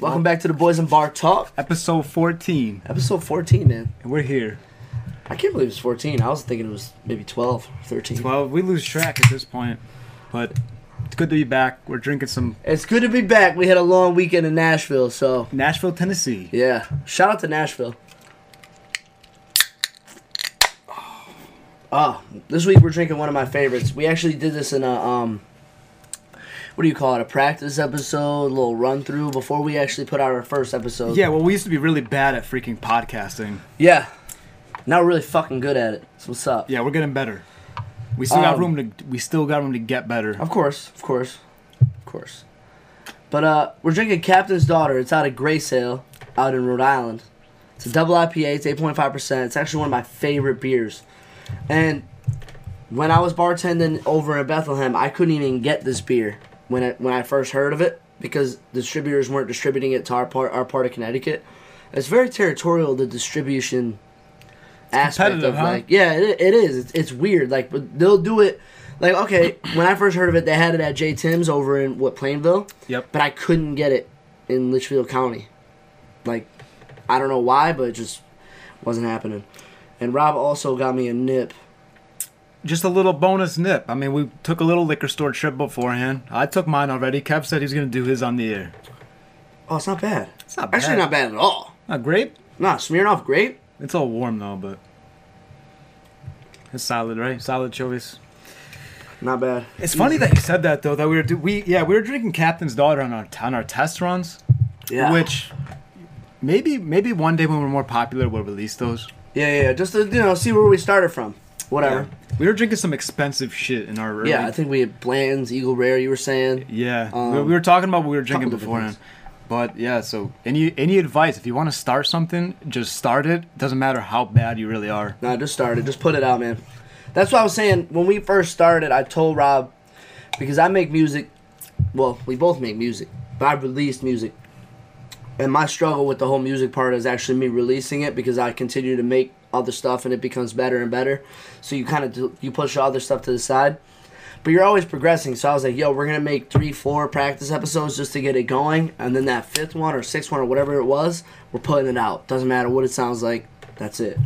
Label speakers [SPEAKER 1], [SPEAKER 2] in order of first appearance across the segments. [SPEAKER 1] Welcome back to the Boys and Bar Talk,
[SPEAKER 2] Episode 14.
[SPEAKER 1] episode 14, man.
[SPEAKER 2] And we're here.
[SPEAKER 1] I can't believe it's 14. I was thinking it was maybe 12, 13.
[SPEAKER 2] 12. We lose track at this point. But it's good to be back. We're drinking some
[SPEAKER 1] It's good to be back. We had a long weekend in Nashville, so
[SPEAKER 2] Nashville, Tennessee.
[SPEAKER 1] yeah. Shout out to Nashville. Ah, this week we're drinking one of my favorites. We actually did this in a um, what do you call it? A practice episode, a little run through before we actually put out our first episode.
[SPEAKER 2] Yeah, well, we used to be really bad at freaking podcasting.
[SPEAKER 1] yeah. Now we're really fucking good at it. So what's up?
[SPEAKER 2] Yeah, we're getting better. We still got
[SPEAKER 1] Um,
[SPEAKER 2] room to we still got room to get better.
[SPEAKER 1] Of course, of course, of course. But uh, we're drinking Captain's Daughter. It's out of Graysale, out in Rhode Island. It's a double IPA. It's eight point five percent. It's actually one of my favorite beers. And when I was bartending over in Bethlehem, I couldn't even get this beer when it, when I first heard of it because distributors weren't distributing it to our part our part of Connecticut. It's very territorial the distribution aspect
[SPEAKER 2] competitive,
[SPEAKER 1] of
[SPEAKER 2] huh?
[SPEAKER 1] like yeah it, it is it's, it's weird like but they'll do it like okay when I first heard of it they had it at J Tim's over in what Plainville
[SPEAKER 2] Yep.
[SPEAKER 1] but I couldn't get it in Litchfield County like I don't know why but it just wasn't happening and Rob also got me a nip
[SPEAKER 2] Just a little bonus nip. I mean, we took a little liquor store trip beforehand. I took mine already. Kev said he was going to do his on the air.
[SPEAKER 1] oh it's not bad
[SPEAKER 2] It's not
[SPEAKER 1] Actually,
[SPEAKER 2] bad.
[SPEAKER 1] not bad at all.
[SPEAKER 2] Not great.
[SPEAKER 1] Nah, Smirnoff grape.
[SPEAKER 2] It's all warm though, but it's solid, right? Solid choice.
[SPEAKER 1] Not bad.
[SPEAKER 2] It's funny that you said that though. That we were do- we yeah we were drinking Captain's Daughter on our on our test runs,
[SPEAKER 1] Yeah.
[SPEAKER 2] which maybe maybe one day when we're more popular we'll release those.
[SPEAKER 1] Yeah, yeah, yeah. Just to you know, see where we started from. Whatever.
[SPEAKER 2] We were drinking some expensive shit in our early,
[SPEAKER 1] Yeah, I think we had Bland's Eagle Rare. You were saying.
[SPEAKER 2] yeah.
[SPEAKER 1] um,
[SPEAKER 2] we, we were talking about what we were drinking
[SPEAKER 1] couple different
[SPEAKER 2] beforehand. But yeah, so any any advice if you want to start something, just start it. Doesn't matter how bad you really are.
[SPEAKER 1] Nah, just started. Just put it out, man. That's what I was saying when we first started. I told Rob because I make music. Well, we both make music, but I released music. And my struggle with the whole music part is actually me releasing it because I continue to make other stuff and it becomes better and better. So you kind of you push the other stuff to the side. But you're always progressing. So I was like, yo, we're gonna make three, four practice episodes just to get it going, and then that fifth one or sixth one or whatever it was, we're putting it out. Doesn't matter what it sounds like. That's it.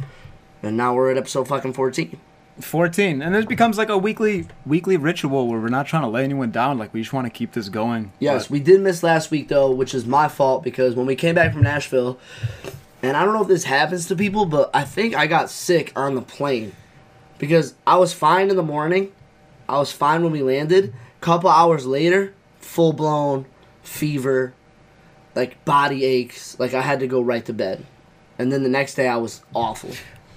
[SPEAKER 1] And now we're at episode fucking 14.
[SPEAKER 2] 14 and this becomes like a weekly weekly ritual where we're not trying to lay anyone down like we just want to keep this going
[SPEAKER 1] Yes,
[SPEAKER 2] But
[SPEAKER 1] we did miss last week though, which is my fault because when we came back from Nashville, and I don't know if this happens to people, but I think I got sick on the plane because I was fine in the morning. I was fine when we landed. Couple hours later, full blown fever, like body aches, like I had to go right to bed. And then the next day I was awful.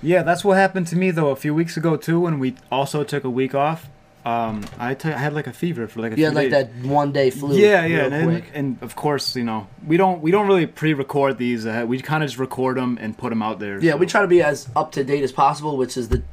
[SPEAKER 2] yeah that's what happened to me though a few weeks ago too when we also took a week off um i, t- I had like a fever for like a
[SPEAKER 1] You had
[SPEAKER 2] few
[SPEAKER 1] like
[SPEAKER 2] days.
[SPEAKER 1] that one day flu.
[SPEAKER 2] yeah yeah
[SPEAKER 1] real
[SPEAKER 2] and, and,
[SPEAKER 1] quick.
[SPEAKER 2] and of course you know we don't we don't really pre-record these uh, we kind of just record them and put them out there
[SPEAKER 1] Yeah,
[SPEAKER 2] so-
[SPEAKER 1] we try to be as up to date as possible, which is the,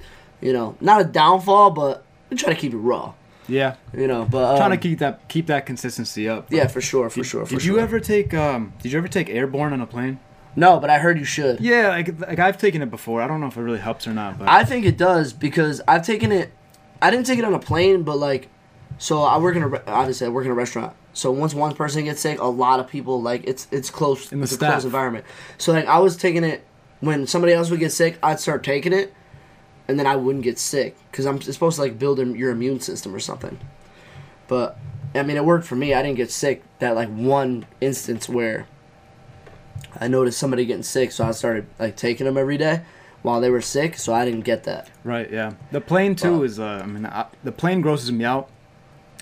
[SPEAKER 1] you know, not a downfall, but we try to keep it raw.
[SPEAKER 2] yeah
[SPEAKER 1] You know, but um,
[SPEAKER 2] trying to keep that keep that consistency up
[SPEAKER 1] yeah, for sure, for sure, for
[SPEAKER 2] did
[SPEAKER 1] sure.
[SPEAKER 2] you ever take um did you ever take airborne on a plane
[SPEAKER 1] No, but I heard you should.
[SPEAKER 2] yeah like, like i've taken it before i don't know if it really helps or not but
[SPEAKER 1] I think it does because I've taken it. I didn't take it on a plane, but like, so I work in a re- obviously I work in a restaurant. So once one person gets sick, a lot of people like it's it's close
[SPEAKER 2] And the
[SPEAKER 1] it's a
[SPEAKER 2] staff.
[SPEAKER 1] close environment. So like I was taking it when somebody else would get sick, I'd start taking it, and then I wouldn't get sick because I'm it's supposed to like build im- your immune system or something. But I mean, it worked for me. I didn't get sick. That like one instance where I noticed somebody getting sick, so I started like taking them every day while they were sick. So I didn't get that.
[SPEAKER 2] Right. Yeah. The plane too
[SPEAKER 1] But-
[SPEAKER 2] is. Uh, I mean, I, the plane grosses me out,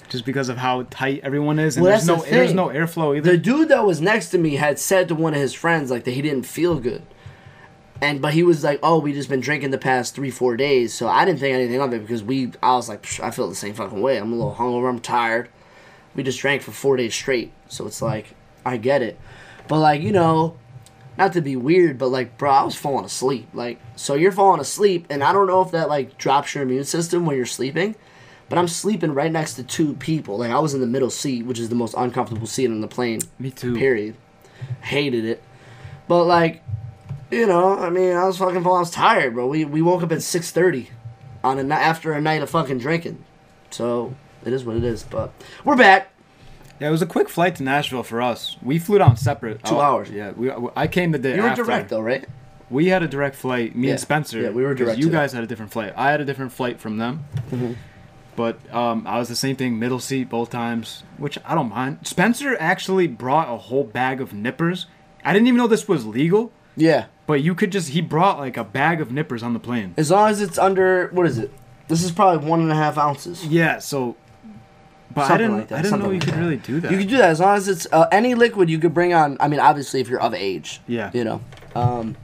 [SPEAKER 2] just because of how tight everyone is, and
[SPEAKER 1] Well,
[SPEAKER 2] there's no
[SPEAKER 1] that's the
[SPEAKER 2] there's
[SPEAKER 1] thing.
[SPEAKER 2] no airflow either.
[SPEAKER 1] The dude that was next to me had said to one of his friends like that he didn't feel good, and but he was like, "Oh, we just been drinking the past three four days," so I didn't think anything of it because we. I was like, "Psh, I feel the same fucking way. I'm a little hungover. I'm tired. We just drank for four days straight, so it's like I get it, but like you know. Not to be weird, but like, bro, I was falling asleep. Like, so you're falling asleep, and I don't know if that like drops your immune system when you're sleeping. But I'm sleeping right next to two people. Like I was in the middle seat, which is the most uncomfortable seat on the plane.
[SPEAKER 2] Me too.
[SPEAKER 1] Period. Hated it. But like, you know, I mean, I was fucking. I was tired, bro. We we woke up at six thirty, on a ni- after a night of fucking drinking. So it is what it is. But we're back.
[SPEAKER 2] Yeah, it was a quick flight to Nashville for us. We flew down separate.
[SPEAKER 1] Two
[SPEAKER 2] Oh,
[SPEAKER 1] hours.
[SPEAKER 2] Yeah, we, I came the day
[SPEAKER 1] You were
[SPEAKER 2] after.
[SPEAKER 1] direct though, right?
[SPEAKER 2] We had a direct flight. Me
[SPEAKER 1] Yeah.
[SPEAKER 2] and Spencer.
[SPEAKER 1] Yeah, we were
[SPEAKER 2] 'cause
[SPEAKER 1] direct Mm-hmm.
[SPEAKER 2] You
[SPEAKER 1] to that.
[SPEAKER 2] guys had a different flight. I had a different flight from them. But um, I was the same thing, middle seat both times, which I don't mind. Spencer actually brought a whole bag of nippers. I didn't even know this was legal,
[SPEAKER 1] Yeah.
[SPEAKER 2] but you could just—he brought like a bag of nippers on the plane.
[SPEAKER 1] As long as it's under what is it? This is probably one and a half ounces.
[SPEAKER 2] Yeah, so. But I
[SPEAKER 1] Something
[SPEAKER 2] didn't.
[SPEAKER 1] like that,
[SPEAKER 2] I didn't know
[SPEAKER 1] something
[SPEAKER 2] you
[SPEAKER 1] like
[SPEAKER 2] could
[SPEAKER 1] that.
[SPEAKER 2] really do that.
[SPEAKER 1] You can do that as long as it's uh, any liquid you could bring on. I mean, obviously, if you're of age.
[SPEAKER 2] Yeah.
[SPEAKER 1] You know. Um,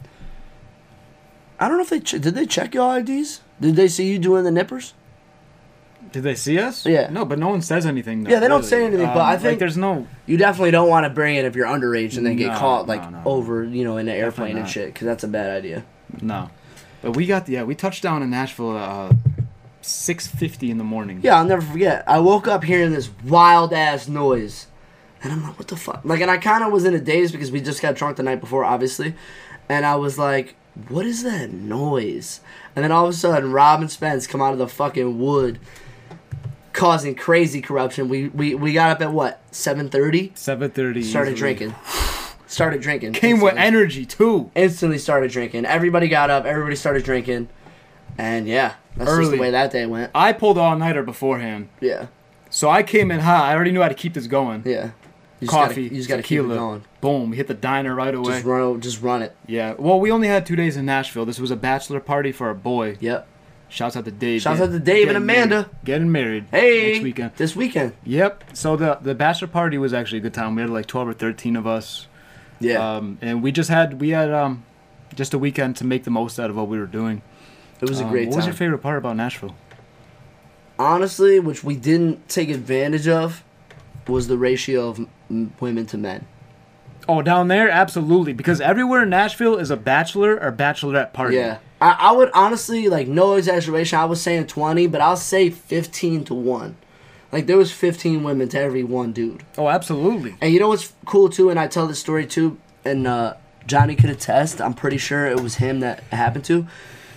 [SPEAKER 1] I don't know if they che- did they check your IDs. Did they see you doing the nippers?
[SPEAKER 2] Did they see us?
[SPEAKER 1] Yeah.
[SPEAKER 2] No, but no one says anything. Though, Um,
[SPEAKER 1] Yeah, they don't say anything, but I
[SPEAKER 2] like,
[SPEAKER 1] think-
[SPEAKER 2] there's no.
[SPEAKER 1] You definitely don't want to bring it if you're underage and then get
[SPEAKER 2] No,
[SPEAKER 1] caught like
[SPEAKER 2] no, no.
[SPEAKER 1] over you know in an airplane and
[SPEAKER 2] not.
[SPEAKER 1] shit because that's a bad idea.
[SPEAKER 2] No, but we got yeah. We touched down in Nashville at uh, six fifty in the morning.
[SPEAKER 1] Yeah, I'll never forget. I woke up hearing this wild ass noise, and I'm like, "What the fuck?" Like, and I kind of was in a daze because we just got drunk the night before, obviously, and I was like, "What is that noise?" And then all of a sudden, Rob and Spence come out of the fucking wood, causing crazy corruption. We we, we got up at what seven thirty,
[SPEAKER 2] Seven thirty.
[SPEAKER 1] started drinking, started drinking,
[SPEAKER 2] Came with
[SPEAKER 1] instantly.
[SPEAKER 2] energy too.
[SPEAKER 1] instantly started drinking. Everybody got up, everybody started drinking, and yeah, that's just
[SPEAKER 2] Early.
[SPEAKER 1] the way that day went.
[SPEAKER 2] I pulled all nighter beforehand,
[SPEAKER 1] Yeah,
[SPEAKER 2] so I came in hot. I already knew how to keep this going.
[SPEAKER 1] yeah. You just gotta-
[SPEAKER 2] Coffee,
[SPEAKER 1] you just gotta
[SPEAKER 2] tequila.
[SPEAKER 1] keep it going.
[SPEAKER 2] Boom! We hit the diner right away.
[SPEAKER 1] Just run, just run it.
[SPEAKER 2] yeah. Well, we only had two days in Nashville. This was a bachelor party for our boy.
[SPEAKER 1] Yep.
[SPEAKER 2] Shouts out to Dave.
[SPEAKER 1] Shouts
[SPEAKER 2] Get-
[SPEAKER 1] out to Dave and
[SPEAKER 2] getting
[SPEAKER 1] Amanda.
[SPEAKER 2] married- Getting married.
[SPEAKER 1] Hey.
[SPEAKER 2] Next weekend.
[SPEAKER 1] This weekend.
[SPEAKER 2] Yep. So the the bachelor party was actually a good time. We had like twelve or thirteen of us,
[SPEAKER 1] Yeah.
[SPEAKER 2] um, and we just had we had um, just a weekend to make the most out of what we were doing.
[SPEAKER 1] it was a
[SPEAKER 2] Um,
[SPEAKER 1] great
[SPEAKER 2] What
[SPEAKER 1] time.
[SPEAKER 2] was your favorite part about Nashville?
[SPEAKER 1] Honestly, which we didn't take advantage of, was the ratio of m- women to men.
[SPEAKER 2] Oh, down there, absolutely, because everywhere in Nashville is a bachelor or bachelorette party.
[SPEAKER 1] Yeah. I, I would honestly like no exaggeration. I was saying twenty, but I'll say fifteen to one. Like there was fifteen women to every one dude.
[SPEAKER 2] Oh, absolutely.
[SPEAKER 1] And you know what's cool too, and I tell this story too, and uh, Johnny could attest. I'm pretty sure it was him that it happened to.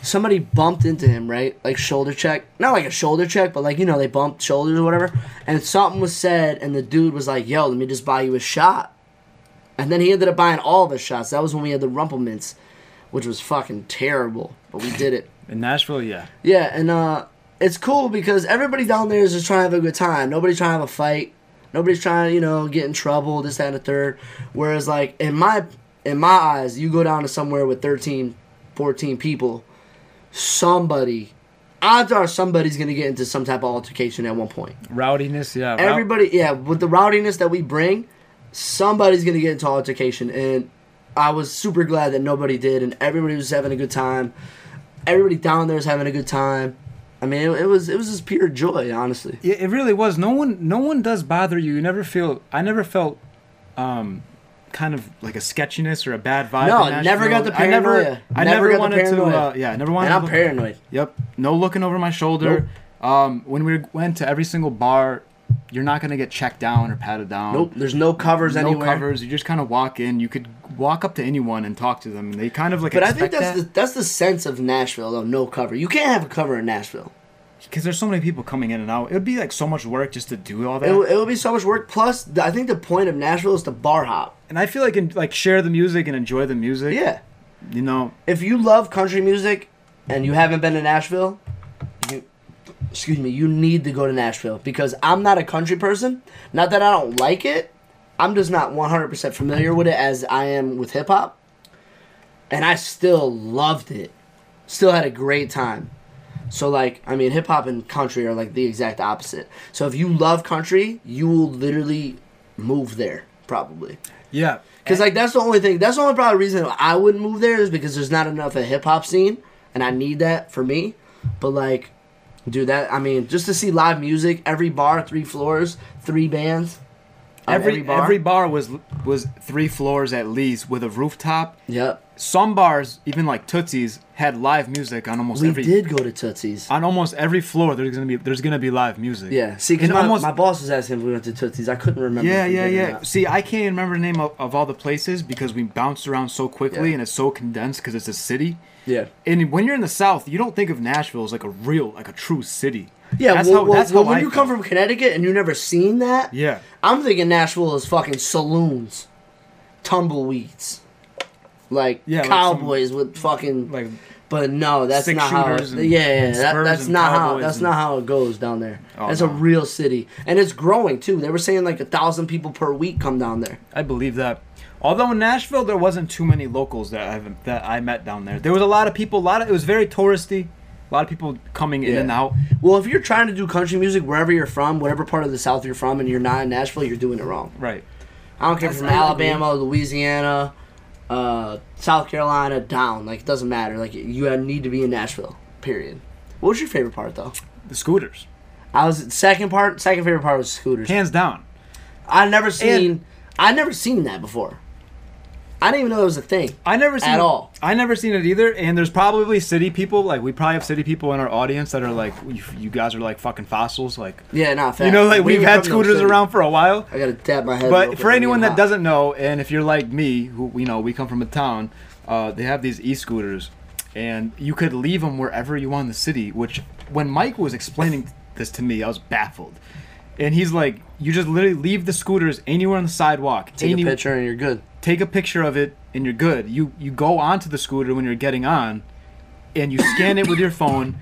[SPEAKER 1] Somebody bumped into him, right? Like shoulder check, not like a shoulder check, but like you know they bumped shoulders or whatever. And something was said, and the dude was like, "Yo, let me just buy you a shot." And then he ended up buying all of us shots. That was when we had the Rumplemints, which was fucking terrible, but we did it.
[SPEAKER 2] In Nashville, yeah.
[SPEAKER 1] Yeah, and uh, it's cool because everybody down there is just trying to have a good time. Nobody's trying to have a fight. Nobody's trying to, you know, get in trouble, this, that, and the third. Whereas, like, in my in my eyes, you go down to somewhere with 13, 14 people, somebody, odds are somebody's going to get into some type of altercation at one point.
[SPEAKER 2] Rowdiness, yeah. Row-
[SPEAKER 1] Everybody, yeah, with the rowdiness that we bring, somebody's gonna get into altercation, and I was super glad that nobody did, and everybody was having a good time. Everybody down there was having a good time. I mean, it, it was it was just pure joy, honestly.
[SPEAKER 2] Yeah, it really was. No one, no one does bother you. You never feel. I never felt, um, kind of like a sketchiness or a bad vibe.
[SPEAKER 1] No,
[SPEAKER 2] in
[SPEAKER 1] I never got
[SPEAKER 2] Nashville.
[SPEAKER 1] the
[SPEAKER 2] I never,
[SPEAKER 1] paranoia.
[SPEAKER 2] I
[SPEAKER 1] Never
[SPEAKER 2] never,
[SPEAKER 1] got the
[SPEAKER 2] wanted to.
[SPEAKER 1] paranoia.
[SPEAKER 2] Uh, yeah, I never wanted.
[SPEAKER 1] And
[SPEAKER 2] to
[SPEAKER 1] I'm
[SPEAKER 2] look-
[SPEAKER 1] paranoid.
[SPEAKER 2] Yep. No looking over my shoulder. Um, when we went to every single bar, you're not gonna get checked down or patted down.
[SPEAKER 1] Nope, there's no covers
[SPEAKER 2] Oh. No
[SPEAKER 1] anywhere.
[SPEAKER 2] covers. You just kind of walk in. You could walk up to anyone and talk to them, and they kind of like.
[SPEAKER 1] But I think
[SPEAKER 2] expect
[SPEAKER 1] that's the,
[SPEAKER 2] that.
[SPEAKER 1] that's the sense of Nashville, though. No cover. You can't have a cover in Nashville.
[SPEAKER 2] because there's so many people coming in and out. It would be like so much work just to do all that.
[SPEAKER 1] It, would- it would be so much work. Plus, the, I think the point of Nashville is to bar hop.
[SPEAKER 2] and I feel like in, like share the music and enjoy the music.
[SPEAKER 1] Yeah.
[SPEAKER 2] You know,
[SPEAKER 1] if you love country music and you haven't been to Nashville, you, excuse me, you need to go to Nashville because I'm not a country person. Not that I don't like it, I'm just not 100% familiar with it as I am with hip hop. And I still loved it. Still had a great time. So like, I mean, hip hop and country are like the exact opposite. So if you love country, you will literally move there probably.
[SPEAKER 2] Yeah.
[SPEAKER 1] Because like that's the only thing. That's the only probably reason I wouldn't move there is because there's not enough of hip hop scene, and I need that for me. But like, dude, that I mean, just to see live music, every bar, three floors, three bands. on
[SPEAKER 2] every every bar. was was three floors at least with a rooftop.
[SPEAKER 1] Yep.
[SPEAKER 2] Some bars, even like Tootsie's, had live music on almost
[SPEAKER 1] We
[SPEAKER 2] every
[SPEAKER 1] did go to Tootsie's.
[SPEAKER 2] on almost every floor. There's gonna be there's gonna be live music.
[SPEAKER 1] yeah. See, because
[SPEAKER 2] and
[SPEAKER 1] my,
[SPEAKER 2] almost
[SPEAKER 1] my boss was asking if we went to Tootsie's. I couldn't remember.
[SPEAKER 2] yeah
[SPEAKER 1] if we
[SPEAKER 2] yeah
[SPEAKER 1] did or
[SPEAKER 2] yeah.
[SPEAKER 1] not.
[SPEAKER 2] See, I can't even remember the name of, of all the places because we bounced around so quickly
[SPEAKER 1] Yeah.
[SPEAKER 2] and it's so condensed because it's a city.
[SPEAKER 1] Yeah.
[SPEAKER 2] And when you're in the South, you don't think of Nashville as like a real, like a true city.
[SPEAKER 1] Yeah,
[SPEAKER 2] That's
[SPEAKER 1] well,
[SPEAKER 2] how-
[SPEAKER 1] well,
[SPEAKER 2] that's
[SPEAKER 1] well,
[SPEAKER 2] how
[SPEAKER 1] when
[SPEAKER 2] I
[SPEAKER 1] you come
[SPEAKER 2] felt.
[SPEAKER 1] from Connecticut and you never seen that,
[SPEAKER 2] Yeah.
[SPEAKER 1] I'm thinking Nashville is fucking saloons, tumbleweeds, like
[SPEAKER 2] Yeah, like
[SPEAKER 1] cowboys with fucking.
[SPEAKER 2] Like
[SPEAKER 1] but no, that's
[SPEAKER 2] six
[SPEAKER 1] not how.
[SPEAKER 2] shooters
[SPEAKER 1] Yeah,
[SPEAKER 2] and
[SPEAKER 1] yeah, that,
[SPEAKER 2] spurs
[SPEAKER 1] that's
[SPEAKER 2] and
[SPEAKER 1] not how.
[SPEAKER 2] cowboys
[SPEAKER 1] That's
[SPEAKER 2] and-
[SPEAKER 1] not how it goes down there.
[SPEAKER 2] Oh,
[SPEAKER 1] that's a
[SPEAKER 2] no.
[SPEAKER 1] real city, and it's growing too. They were saying like a thousand people per week come down there.
[SPEAKER 2] I believe that. Although in Nashville there wasn't too many locals that I that I met down there. There was a lot of people. A lot of it was very touristy. A lot of people coming in
[SPEAKER 1] Yeah.
[SPEAKER 2] and out.
[SPEAKER 1] Well, if you're trying to do country music wherever you're from, whatever part of the South you're from, and you're not in Nashville, you're doing it wrong.
[SPEAKER 2] Right.
[SPEAKER 1] I don't care if
[SPEAKER 2] That's
[SPEAKER 1] you're from
[SPEAKER 2] not ugly.
[SPEAKER 1] Alabama, Louisiana, uh, South Carolina, down. Like, it doesn't matter. Like, you need to be in Nashville, period. What was your favorite part, though?
[SPEAKER 2] The scooters,
[SPEAKER 1] I was second part. Second favorite part was scooters.
[SPEAKER 2] hands down.
[SPEAKER 1] I never seen. I never seen that before. I didn't even know it was a thing.
[SPEAKER 2] I never seen
[SPEAKER 1] At
[SPEAKER 2] it-
[SPEAKER 1] all.
[SPEAKER 2] I never seen it either. And there's probably city people like we probably have city people in our audience that are like you, you guys are like fucking fossils. Like
[SPEAKER 1] Yeah, not fact.
[SPEAKER 2] you know like
[SPEAKER 1] We
[SPEAKER 2] we've
[SPEAKER 1] were
[SPEAKER 2] had
[SPEAKER 1] from those
[SPEAKER 2] scooters
[SPEAKER 1] cities.
[SPEAKER 2] around for a while.
[SPEAKER 1] I gotta tap my head. real
[SPEAKER 2] But
[SPEAKER 1] quick,
[SPEAKER 2] for
[SPEAKER 1] I'm getting
[SPEAKER 2] anyone that
[SPEAKER 1] hot.
[SPEAKER 2] doesn't know, and if you're like me, who you know, we come from a town, uh, they have these e-scooters, and you could leave them wherever you want in the city. Which, when Mike was explaining this to me, I was baffled, and he's like, "You just literally leave the scooters anywhere on the sidewalk.
[SPEAKER 1] take
[SPEAKER 2] any-
[SPEAKER 1] a picture and you're good.
[SPEAKER 2] Take a picture of it, and you're good. You you go onto the scooter when you're getting on, and you scan it with your phone.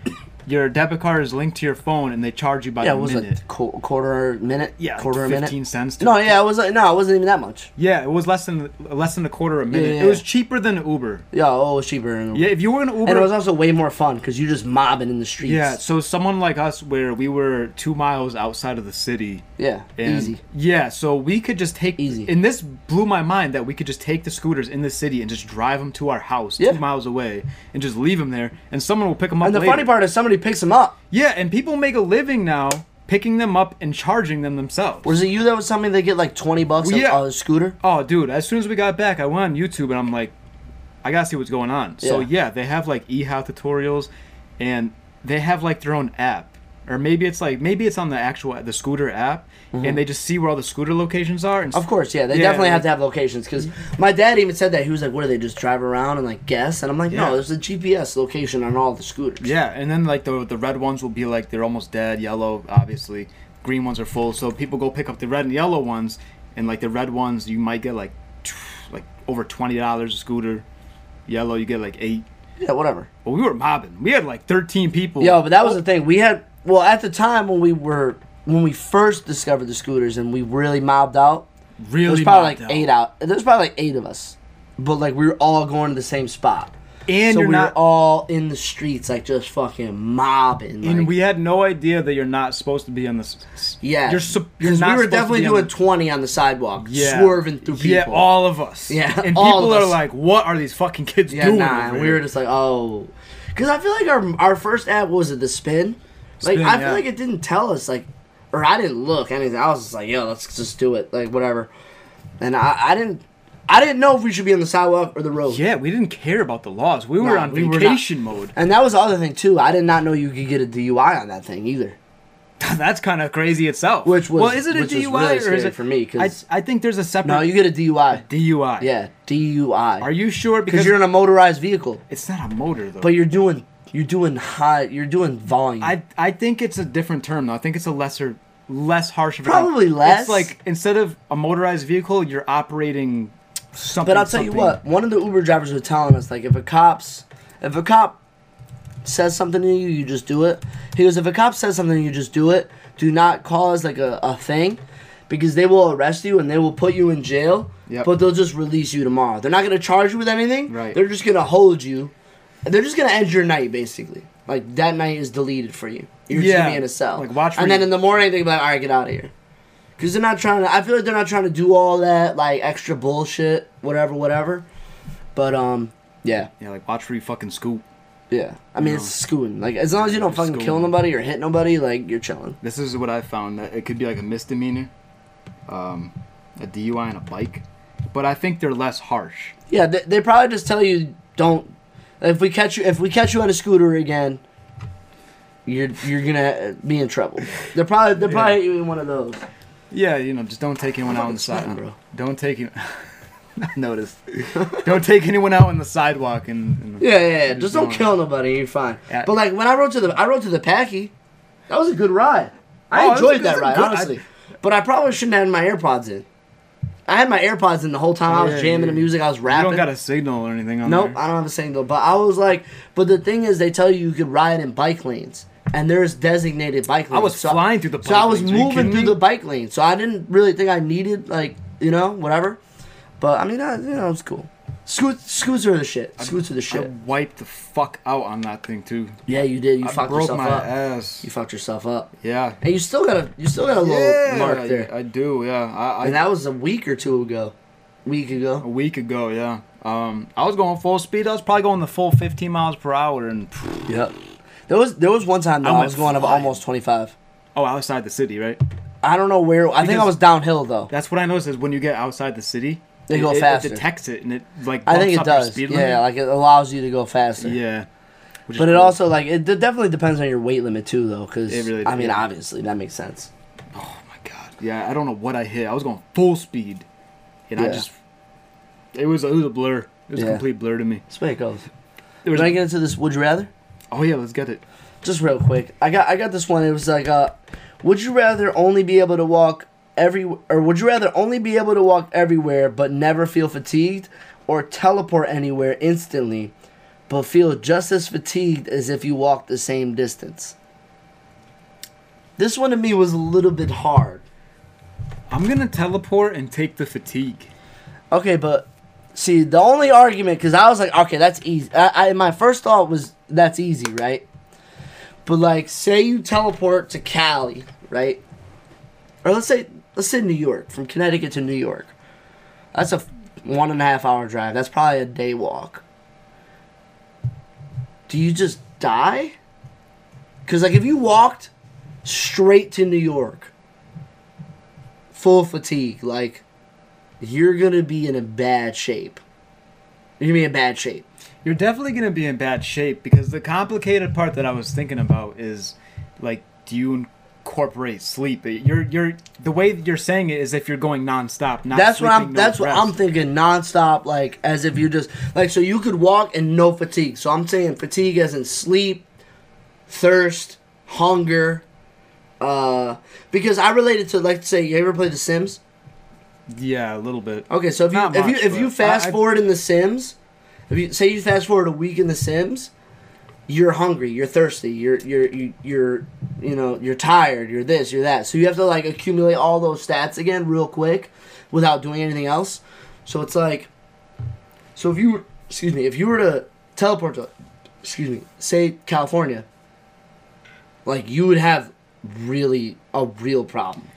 [SPEAKER 2] Your debit card is linked to your phone, and they charge you by
[SPEAKER 1] Yeah,
[SPEAKER 2] the
[SPEAKER 1] it was
[SPEAKER 2] minute.
[SPEAKER 1] a qu- quarter minute.
[SPEAKER 2] yeah,
[SPEAKER 1] quarter
[SPEAKER 2] like
[SPEAKER 1] minute.
[SPEAKER 2] fifteen cents. To
[SPEAKER 1] No, yeah, it was. like- No, it wasn't even that much.
[SPEAKER 2] Yeah, it was less than less than a quarter a minute.
[SPEAKER 1] yeah,
[SPEAKER 2] It was
[SPEAKER 1] yeah.
[SPEAKER 2] cheaper than Uber.
[SPEAKER 1] Yeah, oh, it was cheaper. And
[SPEAKER 2] Yeah, if you were an Uber,
[SPEAKER 1] And it was also way more fun because you're just mobbing in the streets.
[SPEAKER 2] yeah. So someone like us, where we were two miles outside of the city,
[SPEAKER 1] Yeah.
[SPEAKER 2] and
[SPEAKER 1] Easy.
[SPEAKER 2] Yeah, so we could just take
[SPEAKER 1] Easy.
[SPEAKER 2] And this blew my mind that we could just take the scooters in the city and just drive them to our house
[SPEAKER 1] Yeah.
[SPEAKER 2] two miles away and just leave them there, and someone will pick them up.
[SPEAKER 1] And the
[SPEAKER 2] later.
[SPEAKER 1] funny part is somebody picks them up.
[SPEAKER 2] yeah, and people make a living now picking them up and charging them themselves.
[SPEAKER 1] Was it you that was something they get like twenty bucks
[SPEAKER 2] Well,
[SPEAKER 1] a-
[SPEAKER 2] yeah.
[SPEAKER 1] a scooter?
[SPEAKER 2] Oh, dude! As soon as we got back, I went on YouTube and I'm like, I gotta see what's going on. So
[SPEAKER 1] Yeah.
[SPEAKER 2] yeah, they have like e-how tutorials, and they have like their own app, or maybe it's like maybe it's on the actual the scooter app, and they just see where all the scooter locations are. And
[SPEAKER 1] Mm-hmm. Of course, yeah. They
[SPEAKER 2] Yeah,
[SPEAKER 1] definitely have
[SPEAKER 2] like-
[SPEAKER 1] to have locations because my dad even said that he was like, "What do they just drive around and like guess?" And I'm like,
[SPEAKER 2] Yeah.
[SPEAKER 1] "No, there's a GPS location on all the scooters."
[SPEAKER 2] Yeah, and then like the the red ones will be like they're almost dead. Yellow, obviously, green ones are full. So people go pick up the red and yellow ones, and like the red ones, you might get like tw- like over twenty dollars a scooter. Yellow, you get like eight.
[SPEAKER 1] yeah, whatever.
[SPEAKER 2] But we were mobbing. We had like thirteen people.
[SPEAKER 1] Yo, but that was the thing. We had well at the time when we were when we first discovered the scooters and we really mobbed out.
[SPEAKER 2] really
[SPEAKER 1] There was probably
[SPEAKER 2] mobbed
[SPEAKER 1] like eight out. There was probably like eight of us, but like we were all going to the same spot.
[SPEAKER 2] And
[SPEAKER 1] so
[SPEAKER 2] you're
[SPEAKER 1] we
[SPEAKER 2] not-
[SPEAKER 1] were all in the streets, like just fucking mobbing. Like,
[SPEAKER 2] And we had no idea that you're not supposed to be on this.
[SPEAKER 1] yeah,
[SPEAKER 2] you're, sup- you're
[SPEAKER 1] 'Cause
[SPEAKER 2] not.
[SPEAKER 1] we were
[SPEAKER 2] supposed to
[SPEAKER 1] definitely
[SPEAKER 2] be on
[SPEAKER 1] doing
[SPEAKER 2] the-
[SPEAKER 1] twenty on the sidewalk,
[SPEAKER 2] Yeah.
[SPEAKER 1] swerving through people.
[SPEAKER 2] Yeah, all of us.
[SPEAKER 1] Yeah,
[SPEAKER 2] and
[SPEAKER 1] all
[SPEAKER 2] people
[SPEAKER 1] of
[SPEAKER 2] are
[SPEAKER 1] us.
[SPEAKER 2] like, "What are these fucking kids
[SPEAKER 1] Yeah,
[SPEAKER 2] doing?"
[SPEAKER 1] nah.
[SPEAKER 2] over
[SPEAKER 1] And we
[SPEAKER 2] here?"
[SPEAKER 1] were just like, oh, because I feel like our our first ad what was it the spin. Like
[SPEAKER 2] Spin,
[SPEAKER 1] I feel
[SPEAKER 2] yeah.
[SPEAKER 1] like it didn't tell us like, or I didn't look anything. I was just like, yo, let's just do it, like whatever. And I I didn't I didn't know if we should be on the sidewalk or the road.
[SPEAKER 2] yeah, we didn't care about the laws. We were
[SPEAKER 1] Nah,
[SPEAKER 2] on
[SPEAKER 1] we were not-
[SPEAKER 2] vacation mode.
[SPEAKER 1] And that was the other thing too. I did not know you could get a DUI on that thing either.
[SPEAKER 2] That's kind of crazy itself.
[SPEAKER 1] Which was-
[SPEAKER 2] well, is it a
[SPEAKER 1] which was
[SPEAKER 2] DUI
[SPEAKER 1] really
[SPEAKER 2] or is
[SPEAKER 1] scary
[SPEAKER 2] it
[SPEAKER 1] for me, 'cause-
[SPEAKER 2] I, I think there's a separate
[SPEAKER 1] No, you get a DUI.
[SPEAKER 2] DUI.
[SPEAKER 1] Yeah, DUI.
[SPEAKER 2] Are you sure?
[SPEAKER 1] Because
[SPEAKER 2] Because
[SPEAKER 1] you're in a motorized vehicle,
[SPEAKER 2] It's not a motor though.
[SPEAKER 1] but you're doing you're doing high you're doing volume.
[SPEAKER 2] I I think it's a different term though. I think it's a lesser, less harsh. Of a-
[SPEAKER 1] Probably less.
[SPEAKER 2] It's like instead of a motorized vehicle, you're operating something.
[SPEAKER 1] But I'll tell you
[SPEAKER 2] something.
[SPEAKER 1] what, one of the Uber drivers was telling us like if a cop's if a cop says something to you, you just do it. He goes, if a cop says something, you just do it. Do not cause like a, a thing because they will arrest you and they will put you in jail.
[SPEAKER 2] Yep.
[SPEAKER 1] But they'll just release you tomorrow. They're not gonna charge you with anything.
[SPEAKER 2] Right.
[SPEAKER 1] They're just gonna hold you. They're just gonna end your night basically. Like that night is deleted for you. You're just
[SPEAKER 2] Yeah.
[SPEAKER 1] gonna be in a cell.
[SPEAKER 2] Like, watch where
[SPEAKER 1] and then
[SPEAKER 2] you-
[SPEAKER 1] in the morning they're gonna be like, all right, get out of here. Cause they're not trying to. I feel like they're not trying to do all that like extra bullshit, whatever, whatever. But um, yeah,
[SPEAKER 2] Yeah, like watch where you fucking scoop.
[SPEAKER 1] yeah. I mean, it's schooling. Like as long as you don't
[SPEAKER 2] It's
[SPEAKER 1] fucking kill
[SPEAKER 2] schooling.
[SPEAKER 1] nobody or hit nobody, like you're chilling.
[SPEAKER 2] This is what I found that it could be like a misdemeanor, um, a DUI on a bike, but I think they're less harsh.
[SPEAKER 1] Yeah, they, they probably just tell you don't. If we catch you, if we catch you on a scooter again, you're you're gonna be in trouble. They're probably they're probably doing one of those.
[SPEAKER 2] Yeah, you know, just don't take anyone out on the
[SPEAKER 1] Fucking
[SPEAKER 2] sidewalk.
[SPEAKER 1] smart,
[SPEAKER 2] Don't take. any- I noticed. don't take anyone out on the sidewalk and. and
[SPEAKER 1] Yeah, yeah, yeah. Just don't
[SPEAKER 2] don't.
[SPEAKER 1] kill nobody. You're fine.
[SPEAKER 2] Yeah.
[SPEAKER 1] But like when I rode to the I rode to the Packy, That was a good ride. I
[SPEAKER 2] Oh, it was- it
[SPEAKER 1] enjoyed
[SPEAKER 2] was
[SPEAKER 1] that
[SPEAKER 2] a
[SPEAKER 1] ride,
[SPEAKER 2] good-
[SPEAKER 1] honestly. but I probably shouldn't have had my AirPods in. I had my AirPods in the whole time. I was
[SPEAKER 2] Yeah,
[SPEAKER 1] jamming the
[SPEAKER 2] yeah.
[SPEAKER 1] music. I was
[SPEAKER 2] You
[SPEAKER 1] rapping.
[SPEAKER 2] don't got a signal or anything on
[SPEAKER 1] Nope,
[SPEAKER 2] there.
[SPEAKER 1] I don't have a signal. But I was like, but the thing is, they tell you you could ride in bike lanes, and there's designated bike lanes.
[SPEAKER 2] was flying through the
[SPEAKER 1] So
[SPEAKER 2] bike
[SPEAKER 1] I was
[SPEAKER 2] lanes. Are you
[SPEAKER 1] moving
[SPEAKER 2] kidding
[SPEAKER 1] through
[SPEAKER 2] me?
[SPEAKER 1] the bike lane. So I didn't really think I needed like you know whatever. But I mean, I, you know, it was cool. Scoot, scoots are the shit. Scoots are the
[SPEAKER 2] I
[SPEAKER 1] shit.
[SPEAKER 2] wiped the fuck out on that thing too.
[SPEAKER 1] yeah, you did. You
[SPEAKER 2] I
[SPEAKER 1] fucked
[SPEAKER 2] broke
[SPEAKER 1] yourself
[SPEAKER 2] my
[SPEAKER 1] up.
[SPEAKER 2] ass.
[SPEAKER 1] You fucked yourself up,
[SPEAKER 2] Yeah.
[SPEAKER 1] and you still got a you still got a little
[SPEAKER 2] Yeah,
[SPEAKER 1] mark there.
[SPEAKER 2] I, I do. Yeah. I, I,
[SPEAKER 1] and that was a week or two ago, week
[SPEAKER 2] a
[SPEAKER 1] ago.
[SPEAKER 2] week ago. Yeah. Um, I was going full speed. I was probably going the full 15 miles per hour, and
[SPEAKER 1] Yep. There was there was one time though, I,
[SPEAKER 2] went
[SPEAKER 1] was going up
[SPEAKER 2] flying.
[SPEAKER 1] almost twenty five.
[SPEAKER 2] oh, outside the city, right?
[SPEAKER 1] I don't know where. I think I
[SPEAKER 2] Because-
[SPEAKER 1] was downhill though.
[SPEAKER 2] That's what I noticed is when you get outside the city,
[SPEAKER 1] They
[SPEAKER 2] it,
[SPEAKER 1] go
[SPEAKER 2] it- it
[SPEAKER 1] faster.
[SPEAKER 2] detects it, and it like
[SPEAKER 1] I
[SPEAKER 2] bumps
[SPEAKER 1] think it
[SPEAKER 2] up your
[SPEAKER 1] does.
[SPEAKER 2] Speed
[SPEAKER 1] Yeah,
[SPEAKER 2] limit.
[SPEAKER 1] like it allows you to go faster.
[SPEAKER 2] yeah. Which is
[SPEAKER 1] But it
[SPEAKER 2] cool.
[SPEAKER 1] also like it de- definitely depends on your weight limit too, though. Because
[SPEAKER 2] It really
[SPEAKER 1] I mean,
[SPEAKER 2] does.
[SPEAKER 1] obviously that makes sense.
[SPEAKER 2] Oh my god. Yeah, I don't know what I hit. I was going full speed, and I
[SPEAKER 1] Yeah.
[SPEAKER 2] just it was it was a blur. It was
[SPEAKER 1] Yeah.
[SPEAKER 2] a complete blur to me.
[SPEAKER 1] That's the way it goes.
[SPEAKER 2] It
[SPEAKER 1] Did
[SPEAKER 2] was
[SPEAKER 1] I get into this? Would you rather?
[SPEAKER 2] oh yeah, let's get it.
[SPEAKER 1] Just real quick, I got I got this one. It was like, uh, would you rather only be able to walk every, or would you rather only be able to walk everywhere but never feel fatigued, or teleport anywhere instantly, but feel just as fatigued as if you walked the same distance? This one to me was a little bit hard.
[SPEAKER 2] I'm gonna teleport and take the fatigue.
[SPEAKER 1] Okay, but see, the only argument because I was like, okay, that's easy. I, I my first thought was that's easy, right? But like, say you teleport to Cali, right? Or let's say let's say New York from Connecticut to New York. That's a f- one and a half hour drive. That's probably a day walk. Do you just die? Because like, if you walked straight to New York, full fatigue, like you're gonna be in a bad shape. You're gonna be in bad shape.
[SPEAKER 2] You're definitely gonna be in bad shape because the complicated part that I was thinking about is like, do you incorporate sleep? You're you're the way that you're saying it is if you're going nonstop. Not
[SPEAKER 1] That's what
[SPEAKER 2] sleeping,
[SPEAKER 1] I'm.
[SPEAKER 2] no
[SPEAKER 1] that's
[SPEAKER 2] rest.
[SPEAKER 1] what I'm thinking nonstop, like as if you just like so you could walk and no fatigue. So I'm saying fatigue as in sleep, thirst, hunger, uh, because I related to like say you ever play The Sims?
[SPEAKER 2] Yeah, a little bit.
[SPEAKER 1] Okay, so if you
[SPEAKER 2] Not
[SPEAKER 1] if
[SPEAKER 2] much,
[SPEAKER 1] you if
[SPEAKER 2] but
[SPEAKER 1] you fast
[SPEAKER 2] I- I-
[SPEAKER 1] forward in The Sims, if you say you fast forward a week in The Sims, you're hungry, you're thirsty, you're you're you, you're you know you're tired, you're this, you're that. So you have to like accumulate all those stats again real quick, without doing anything else. So it's like, so if you were- excuse me, if you were to teleport to, excuse me, say California, like you would have really a real problem,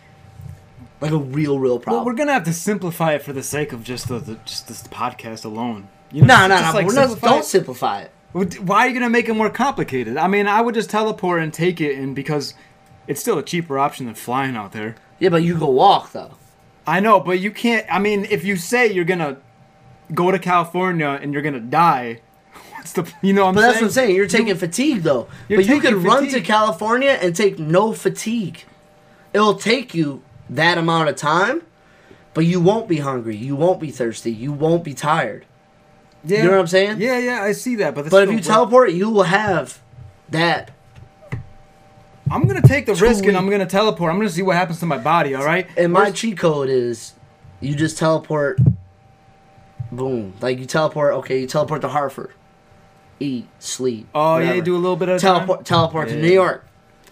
[SPEAKER 1] like a real real problem.
[SPEAKER 2] Well, we're gonna have to simplify it for the sake of just the, the just this podcast alone. You
[SPEAKER 1] No,
[SPEAKER 2] just-
[SPEAKER 1] no,
[SPEAKER 2] just,
[SPEAKER 1] no.
[SPEAKER 2] like,
[SPEAKER 1] we're not,
[SPEAKER 2] simplify
[SPEAKER 1] don't
[SPEAKER 2] it.
[SPEAKER 1] simplify it.
[SPEAKER 2] Well, d- Why are you gonna make it more complicated? I mean, I would just teleport and take it, and because it's still a cheaper option than flying out there.
[SPEAKER 1] Yeah, but you go walk though.
[SPEAKER 2] I know, but you can't. I mean, if you say you're gonna go to California and you're gonna die, what's the you know? What I'm
[SPEAKER 1] But
[SPEAKER 2] saying?
[SPEAKER 1] that's what I'm saying. You're taking fatigue though.
[SPEAKER 2] You're
[SPEAKER 1] But you could
[SPEAKER 2] taking
[SPEAKER 1] run to
[SPEAKER 2] fatigue.
[SPEAKER 1] California and take no fatigue. It'll take you that amount of time, but you won't be hungry. You won't be thirsty. You won't be tired.
[SPEAKER 2] Yeah.
[SPEAKER 1] know what I'm saying?
[SPEAKER 2] Yeah, yeah, I see that. But that's
[SPEAKER 1] But if
[SPEAKER 2] still
[SPEAKER 1] you
[SPEAKER 2] worth-
[SPEAKER 1] teleport, you will have that.
[SPEAKER 2] I'm gonna take the risk
[SPEAKER 1] weak.
[SPEAKER 2] and I'm gonna teleport. I'm gonna see what happens to my body. All right.
[SPEAKER 1] And my
[SPEAKER 2] Where's-
[SPEAKER 1] cheat code is, you just teleport. Boom! Like you teleport. Okay, you teleport to Hartford. Eat, sleep.
[SPEAKER 2] Oh yeah,
[SPEAKER 1] whatever.
[SPEAKER 2] you do a little bit at a time.
[SPEAKER 1] teleport teleport to
[SPEAKER 2] Yeah.
[SPEAKER 1] New York.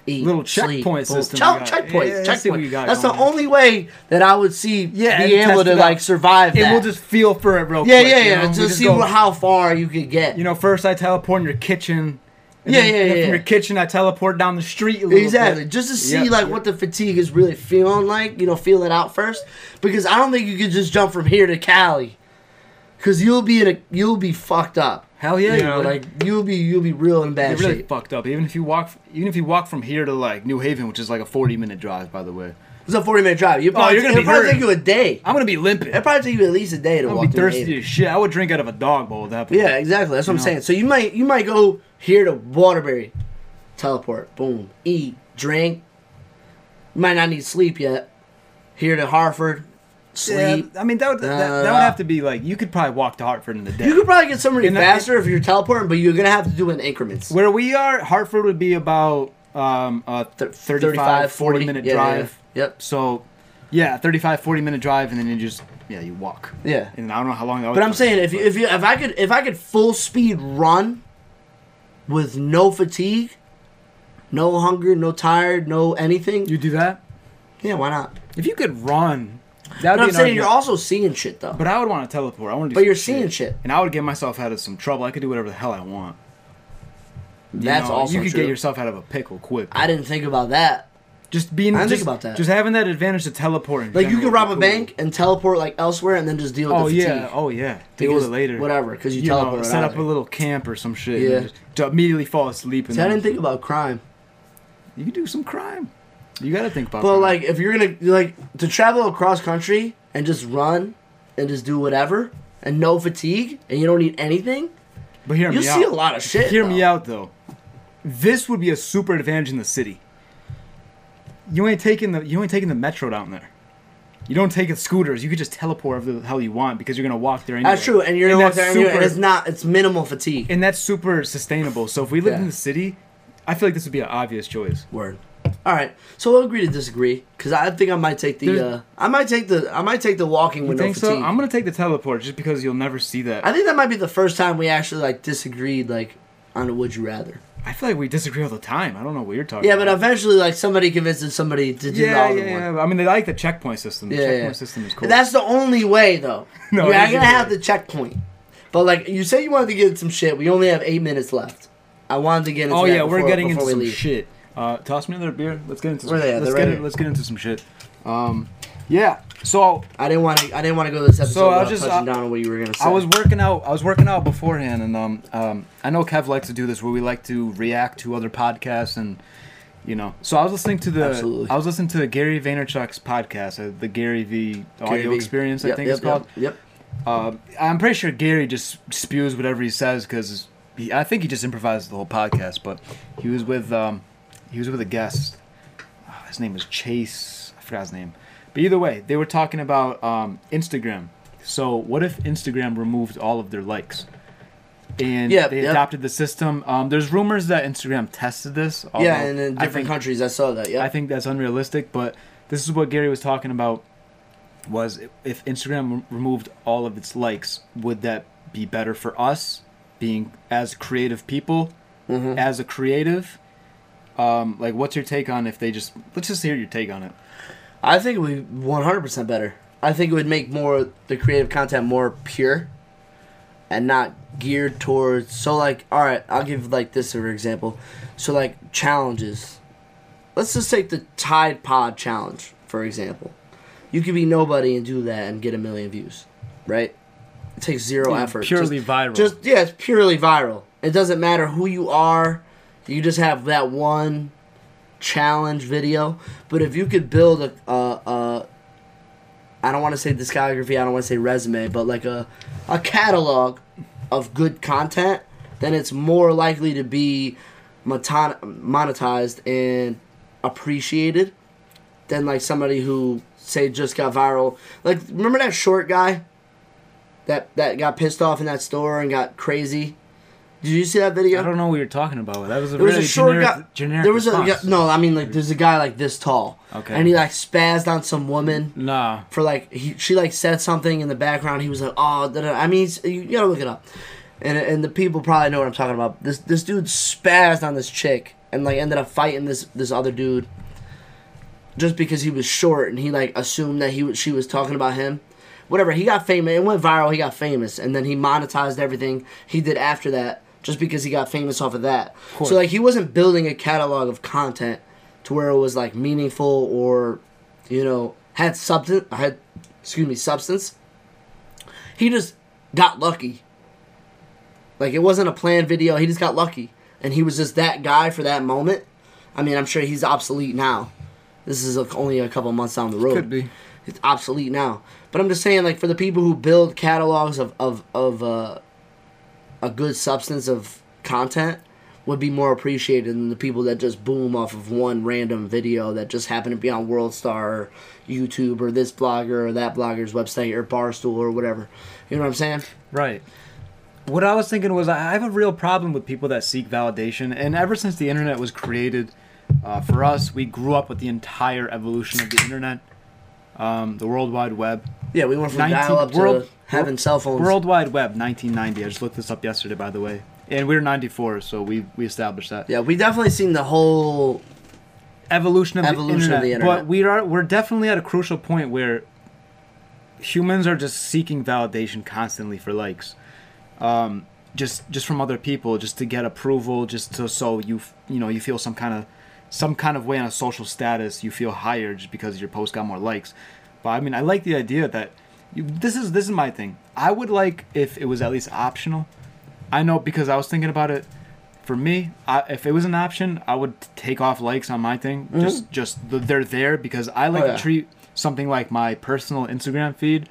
[SPEAKER 1] Eat,
[SPEAKER 2] Little
[SPEAKER 1] sleep,
[SPEAKER 2] checkpoint
[SPEAKER 1] boom.
[SPEAKER 2] system
[SPEAKER 1] Chel-
[SPEAKER 2] you got.
[SPEAKER 1] checkpoint,
[SPEAKER 2] Yeah, I see what
[SPEAKER 1] checkpoint.
[SPEAKER 2] you got
[SPEAKER 1] That's the
[SPEAKER 2] going there.
[SPEAKER 1] only way that I would see
[SPEAKER 2] Yeah,
[SPEAKER 1] be able
[SPEAKER 2] and test
[SPEAKER 1] to
[SPEAKER 2] it
[SPEAKER 1] like
[SPEAKER 2] out.
[SPEAKER 1] survive.
[SPEAKER 2] It
[SPEAKER 1] that.
[SPEAKER 2] will just feel for it real
[SPEAKER 1] yeah,
[SPEAKER 2] quick.
[SPEAKER 1] yeah,
[SPEAKER 2] you
[SPEAKER 1] yeah.
[SPEAKER 2] know? We
[SPEAKER 1] Just,
[SPEAKER 2] just
[SPEAKER 1] see
[SPEAKER 2] go,
[SPEAKER 1] wh- how far you could get.
[SPEAKER 2] You know, first I teleport in your kitchen. and
[SPEAKER 1] Yeah, yeah,
[SPEAKER 2] then- and then
[SPEAKER 1] yeah,
[SPEAKER 2] From
[SPEAKER 1] yeah.
[SPEAKER 2] your kitchen, I teleport down the street a little
[SPEAKER 1] exactly,
[SPEAKER 2] bit.
[SPEAKER 1] just to see
[SPEAKER 2] Yeah,
[SPEAKER 1] like
[SPEAKER 2] yeah.
[SPEAKER 1] what the fatigue is really feeling like. You know, feel it out first because I don't think you could just jump from here to Cali. Cause you'll be in a you'll be fucked up.
[SPEAKER 2] Hell yeah,
[SPEAKER 1] you
[SPEAKER 2] you
[SPEAKER 1] know,
[SPEAKER 2] would.
[SPEAKER 1] like you'll be you'll be real in bad
[SPEAKER 2] You're really
[SPEAKER 1] shape.
[SPEAKER 2] fucked up. Even if you walk, even if you walk from here to like New Haven, which is like a 40 minute drive, by the way,
[SPEAKER 1] It's a forty minute drive. You probably,
[SPEAKER 2] Oh, you're gonna
[SPEAKER 1] it'll
[SPEAKER 2] be
[SPEAKER 1] probably take
[SPEAKER 2] hurting.
[SPEAKER 1] you a day.
[SPEAKER 2] I'm gonna be limping.
[SPEAKER 1] It'll probably take you at least a day to
[SPEAKER 2] I'm
[SPEAKER 1] walk.
[SPEAKER 2] gonna be
[SPEAKER 1] through the
[SPEAKER 2] thirsty
[SPEAKER 1] Haven.
[SPEAKER 2] as shit. I would drink out of a dog bowl at that point.
[SPEAKER 1] Yeah, exactly. That's what I'm
[SPEAKER 2] know?
[SPEAKER 1] saying. So you might you might go here to Waterbury, teleport, boom, eat, drink. You might not need sleep yet. Here to Hartford,
[SPEAKER 2] Yeah,
[SPEAKER 1] sleep.
[SPEAKER 2] I mean that would that, that
[SPEAKER 1] Uh,
[SPEAKER 2] would have to be like you could probably walk to Hartford in the day.
[SPEAKER 1] You could probably get somebody
[SPEAKER 2] And that-
[SPEAKER 1] faster if you're teleporting, but you're gonna have to do it in increments.
[SPEAKER 2] Where we are, Hartford would be about um, a th- 35, 40, minute
[SPEAKER 1] yeah, yeah,
[SPEAKER 2] drive.
[SPEAKER 1] yeah. Yep.
[SPEAKER 2] So, yeah, 35, 40 minute drive, and then you just, yeah, you walk.
[SPEAKER 1] Yeah.
[SPEAKER 2] And I don't know how long that was.
[SPEAKER 1] But I'm saying if you, if you if I could if I could full speed run with no fatigue, no hunger, no tired, no anything.
[SPEAKER 2] You do that?
[SPEAKER 1] yeah, why not?
[SPEAKER 2] If you could run, that
[SPEAKER 1] But
[SPEAKER 2] would be
[SPEAKER 1] I'm
[SPEAKER 2] an
[SPEAKER 1] saying you're
[SPEAKER 2] argument.
[SPEAKER 1] also seeing shit though.
[SPEAKER 2] But I would want to teleport. I want to do
[SPEAKER 1] But
[SPEAKER 2] some
[SPEAKER 1] you're seeing shit.
[SPEAKER 2] And I would get myself out of some trouble. I could do whatever the hell I want. You
[SPEAKER 1] That's
[SPEAKER 2] know,
[SPEAKER 1] also
[SPEAKER 2] You could
[SPEAKER 1] true.
[SPEAKER 2] get yourself out of a pickle quick.
[SPEAKER 1] I didn't think about that.
[SPEAKER 2] Just being
[SPEAKER 1] I didn't
[SPEAKER 2] just,
[SPEAKER 1] think about that.
[SPEAKER 2] Just having that advantage to teleport. in
[SPEAKER 1] Like you
[SPEAKER 2] general
[SPEAKER 1] could rob
[SPEAKER 2] would
[SPEAKER 1] a
[SPEAKER 2] be cool.
[SPEAKER 1] bank and teleport like elsewhere and then just deal with
[SPEAKER 2] Oh
[SPEAKER 1] the fatigue.
[SPEAKER 2] yeah. Oh yeah. Deal
[SPEAKER 1] Because
[SPEAKER 2] with it later.
[SPEAKER 1] Whatever, because you,
[SPEAKER 2] You
[SPEAKER 1] teleport.
[SPEAKER 2] know,
[SPEAKER 1] out
[SPEAKER 2] set
[SPEAKER 1] of
[SPEAKER 2] up
[SPEAKER 1] there.
[SPEAKER 2] a little camp or some shit.
[SPEAKER 1] Yeah.
[SPEAKER 2] And just, to immediately fall asleep. And
[SPEAKER 1] See, I
[SPEAKER 2] then
[SPEAKER 1] didn't think about crime.
[SPEAKER 2] You could do some crime. You gotta think about.
[SPEAKER 1] But
[SPEAKER 2] crime.
[SPEAKER 1] like, if you're gonna like to travel across country and just run and just do whatever and no fatigue and you don't need anything,
[SPEAKER 2] but hear
[SPEAKER 1] you'll
[SPEAKER 2] me
[SPEAKER 1] see
[SPEAKER 2] out.
[SPEAKER 1] a lot of shit.
[SPEAKER 2] Hear me
[SPEAKER 1] though.
[SPEAKER 2] out though. This would be a super advantage in the city. You ain't taking the you ain't taking the metro down there. You don't take the scooters. You could just teleport wherever the hell you want because you're gonna walk there. Anyway.
[SPEAKER 1] That's true, and you're gonna walk
[SPEAKER 2] that's
[SPEAKER 1] there and, you're, and
[SPEAKER 2] super-
[SPEAKER 1] it's not it's minimal fatigue.
[SPEAKER 2] and that's super sustainable. So if we lived
[SPEAKER 1] Yeah.
[SPEAKER 2] in the city, I feel like this would be an obvious choice.
[SPEAKER 1] Word. All right, so we'll agree to disagree because I think I might take
[SPEAKER 2] There's-
[SPEAKER 1] the uh, I might take the I might take the walking
[SPEAKER 2] You
[SPEAKER 1] with no
[SPEAKER 2] think
[SPEAKER 1] fatigue.
[SPEAKER 2] so? I'm gonna take the teleport just because you'll never see that.
[SPEAKER 1] I
[SPEAKER 2] I,
[SPEAKER 1] think that might be the first time we actually like disagreed like on a would you rather.
[SPEAKER 2] feel like we disagree all the time. I don't know what you're talking.
[SPEAKER 1] Yeah, but
[SPEAKER 2] about.
[SPEAKER 1] eventually like somebody convinces somebody to do the
[SPEAKER 2] yeah,
[SPEAKER 1] other
[SPEAKER 2] yeah,
[SPEAKER 1] one.
[SPEAKER 2] yeah. I mean, they like the checkpoint system. The
[SPEAKER 1] Yeah,
[SPEAKER 2] checkpoint
[SPEAKER 1] yeah.
[SPEAKER 2] system is cool.
[SPEAKER 1] That's the only way, though.
[SPEAKER 2] No,
[SPEAKER 1] You're
[SPEAKER 2] it is
[SPEAKER 1] not gonna
[SPEAKER 2] your
[SPEAKER 1] have
[SPEAKER 2] way.
[SPEAKER 1] the checkpoint. But like you said, you wanted to get in some shit. We only have eight minutes left. I wanted to get into.
[SPEAKER 2] Oh
[SPEAKER 1] that
[SPEAKER 2] yeah, we're
[SPEAKER 1] before-
[SPEAKER 2] getting
[SPEAKER 1] before
[SPEAKER 2] into
[SPEAKER 1] we
[SPEAKER 2] some
[SPEAKER 1] leave.
[SPEAKER 2] shit. Uh, toss me another beer. Let's get into some,
[SPEAKER 1] Where they at?
[SPEAKER 2] let's
[SPEAKER 1] They're
[SPEAKER 2] get
[SPEAKER 1] right
[SPEAKER 2] in-
[SPEAKER 1] here.
[SPEAKER 2] let's get into some shit. Um, yeah. So
[SPEAKER 1] I didn't want to. I didn't want to go to this episode
[SPEAKER 2] So, I was
[SPEAKER 1] without
[SPEAKER 2] just-
[SPEAKER 1] touching
[SPEAKER 2] I-
[SPEAKER 1] down on what you were gonna say.
[SPEAKER 2] I was working out. I was working out beforehand, and um, um, I know Kev likes to do this where we like to react to other podcasts, and you know. So I was listening to the.
[SPEAKER 1] Absolutely.
[SPEAKER 2] I was listening to Gary Vaynerchuk's podcast, uh, the Gary V Audio
[SPEAKER 1] Gary V.
[SPEAKER 2] Experience. I
[SPEAKER 1] Yep,
[SPEAKER 2] think
[SPEAKER 1] yep,
[SPEAKER 2] it's called.
[SPEAKER 1] Yep.
[SPEAKER 2] Um, I'm pretty sure Gary just spews whatever he says because I think he just improvises the whole podcast. But he was with um, he was with a guest. Ah, his name was Chase. I forgot his name. But either way, they were talking about um, Instagram. So what if Instagram removed all of their likes? And
[SPEAKER 1] Yep,
[SPEAKER 2] they
[SPEAKER 1] yep.
[SPEAKER 2] adopted the system. Um, there's rumors that Instagram tested this.
[SPEAKER 1] yep. Yeah,
[SPEAKER 2] although
[SPEAKER 1] and in
[SPEAKER 2] Oh,
[SPEAKER 1] uh,
[SPEAKER 2] I
[SPEAKER 1] different
[SPEAKER 2] think-
[SPEAKER 1] countries, I saw that.
[SPEAKER 2] I
[SPEAKER 1] Yeah.
[SPEAKER 2] think that's unrealistic, but this is what Gary was talking about was if Instagram r- removed all of its likes, would that be better for us being as creative people,
[SPEAKER 1] Mm-hmm.
[SPEAKER 2] as a creative? Um, like what's your take on if they just let's just hear your take on it.
[SPEAKER 1] I think it would be 100 percent better. I think it would make more the creative content more pure, and not geared towards. So like, all right, I'll give like this for example. So like challenges. Let's just take the Tide Pod challenge for example. You could be nobody and do that and get a million views, right? It takes zero
[SPEAKER 2] Yeah,
[SPEAKER 1] effort. Oh,
[SPEAKER 2] purely
[SPEAKER 1] Just-
[SPEAKER 2] viral.
[SPEAKER 1] Just yeah, it's purely viral. It doesn't matter who you are. You just have that one challenge video. But if you could build a, a, a I don't want to say discography, I don't want to say resume, but like a, a catalog of good content, then it's more likely to be moton- monetized and appreciated than like somebody who say just got viral. Like remember that short guy that that got pissed off in that store and got crazy. Did you see that video?
[SPEAKER 2] I don't know what you're talking about. That was a
[SPEAKER 1] There was
[SPEAKER 2] really
[SPEAKER 1] a short
[SPEAKER 2] generic,
[SPEAKER 1] guy.
[SPEAKER 2] generic
[SPEAKER 1] there was
[SPEAKER 2] response.
[SPEAKER 1] a no. I mean, like, there's a guy like this tall.
[SPEAKER 2] Okay.
[SPEAKER 1] And he like spazzed on some woman
[SPEAKER 2] Nah.
[SPEAKER 1] for like he she like said something in the background. He was like, oh, da-da." I mean, he's- you gotta look it up. And and the people probably know what I'm talking about. This this dude spazzed on this chick and like ended up fighting this this other dude. Just because he was short and he like assumed that he was she was talking about him. Whatever, he got famous. It went viral. He got famous, and then he monetized everything he did after that, just because he got famous off of that.
[SPEAKER 2] course.
[SPEAKER 1] so like he wasn't building a catalog of content to where it was like meaningful or you know, had substance, had, excuse me, substance. He just got lucky. Like it wasn't a planned video. He just got lucky, and he was just that guy for that moment. I mean, I'm sure he's obsolete now. This is like, only a couple months down the road.
[SPEAKER 2] Could be.
[SPEAKER 1] It's obsolete now. But I'm just saying, like for the people who build catalogs of of of uh, a good substance of content, would be more appreciated than the people that just boom off of one random video that just happened to be on World Star or YouTube or this blogger or that blogger's website or Barstool or whatever. You know what I'm saying?
[SPEAKER 2] Right. What I was thinking was I I have a real problem with people that seek validation, and ever since the internet was created, Uh, for us, we grew up with the entire evolution of the internet, um, the World Wide Web.
[SPEAKER 1] Yeah, we went from
[SPEAKER 2] 19
[SPEAKER 1] dial up
[SPEAKER 2] world-
[SPEAKER 1] to having cell phones.
[SPEAKER 2] World Wide Web, 1990. I just looked this up yesterday, by the way. And we were 94, so we, we established that.
[SPEAKER 1] Yeah, we definitely seen the whole.
[SPEAKER 2] Evolution of
[SPEAKER 1] Evolution of
[SPEAKER 2] the internet.
[SPEAKER 1] the internet.
[SPEAKER 2] But we are we're definitely at a crucial point where humans are just seeking validation constantly for likes. Um, just just from other people, just to get approval, just to so you f- you know, you feel some kind of some kind of way on a social status, you feel higher just because your post got more likes. But I mean, I like the idea that you, this is this is my thing. I would like if it was at least optional. I know because I was thinking about it. For me, I, if it was an option, I would t- take off likes on my thing. Just, just the, they're there because I
[SPEAKER 1] Mm-hmm.
[SPEAKER 2] like
[SPEAKER 1] Oh, yeah.
[SPEAKER 2] to treat something like my personal Instagram feed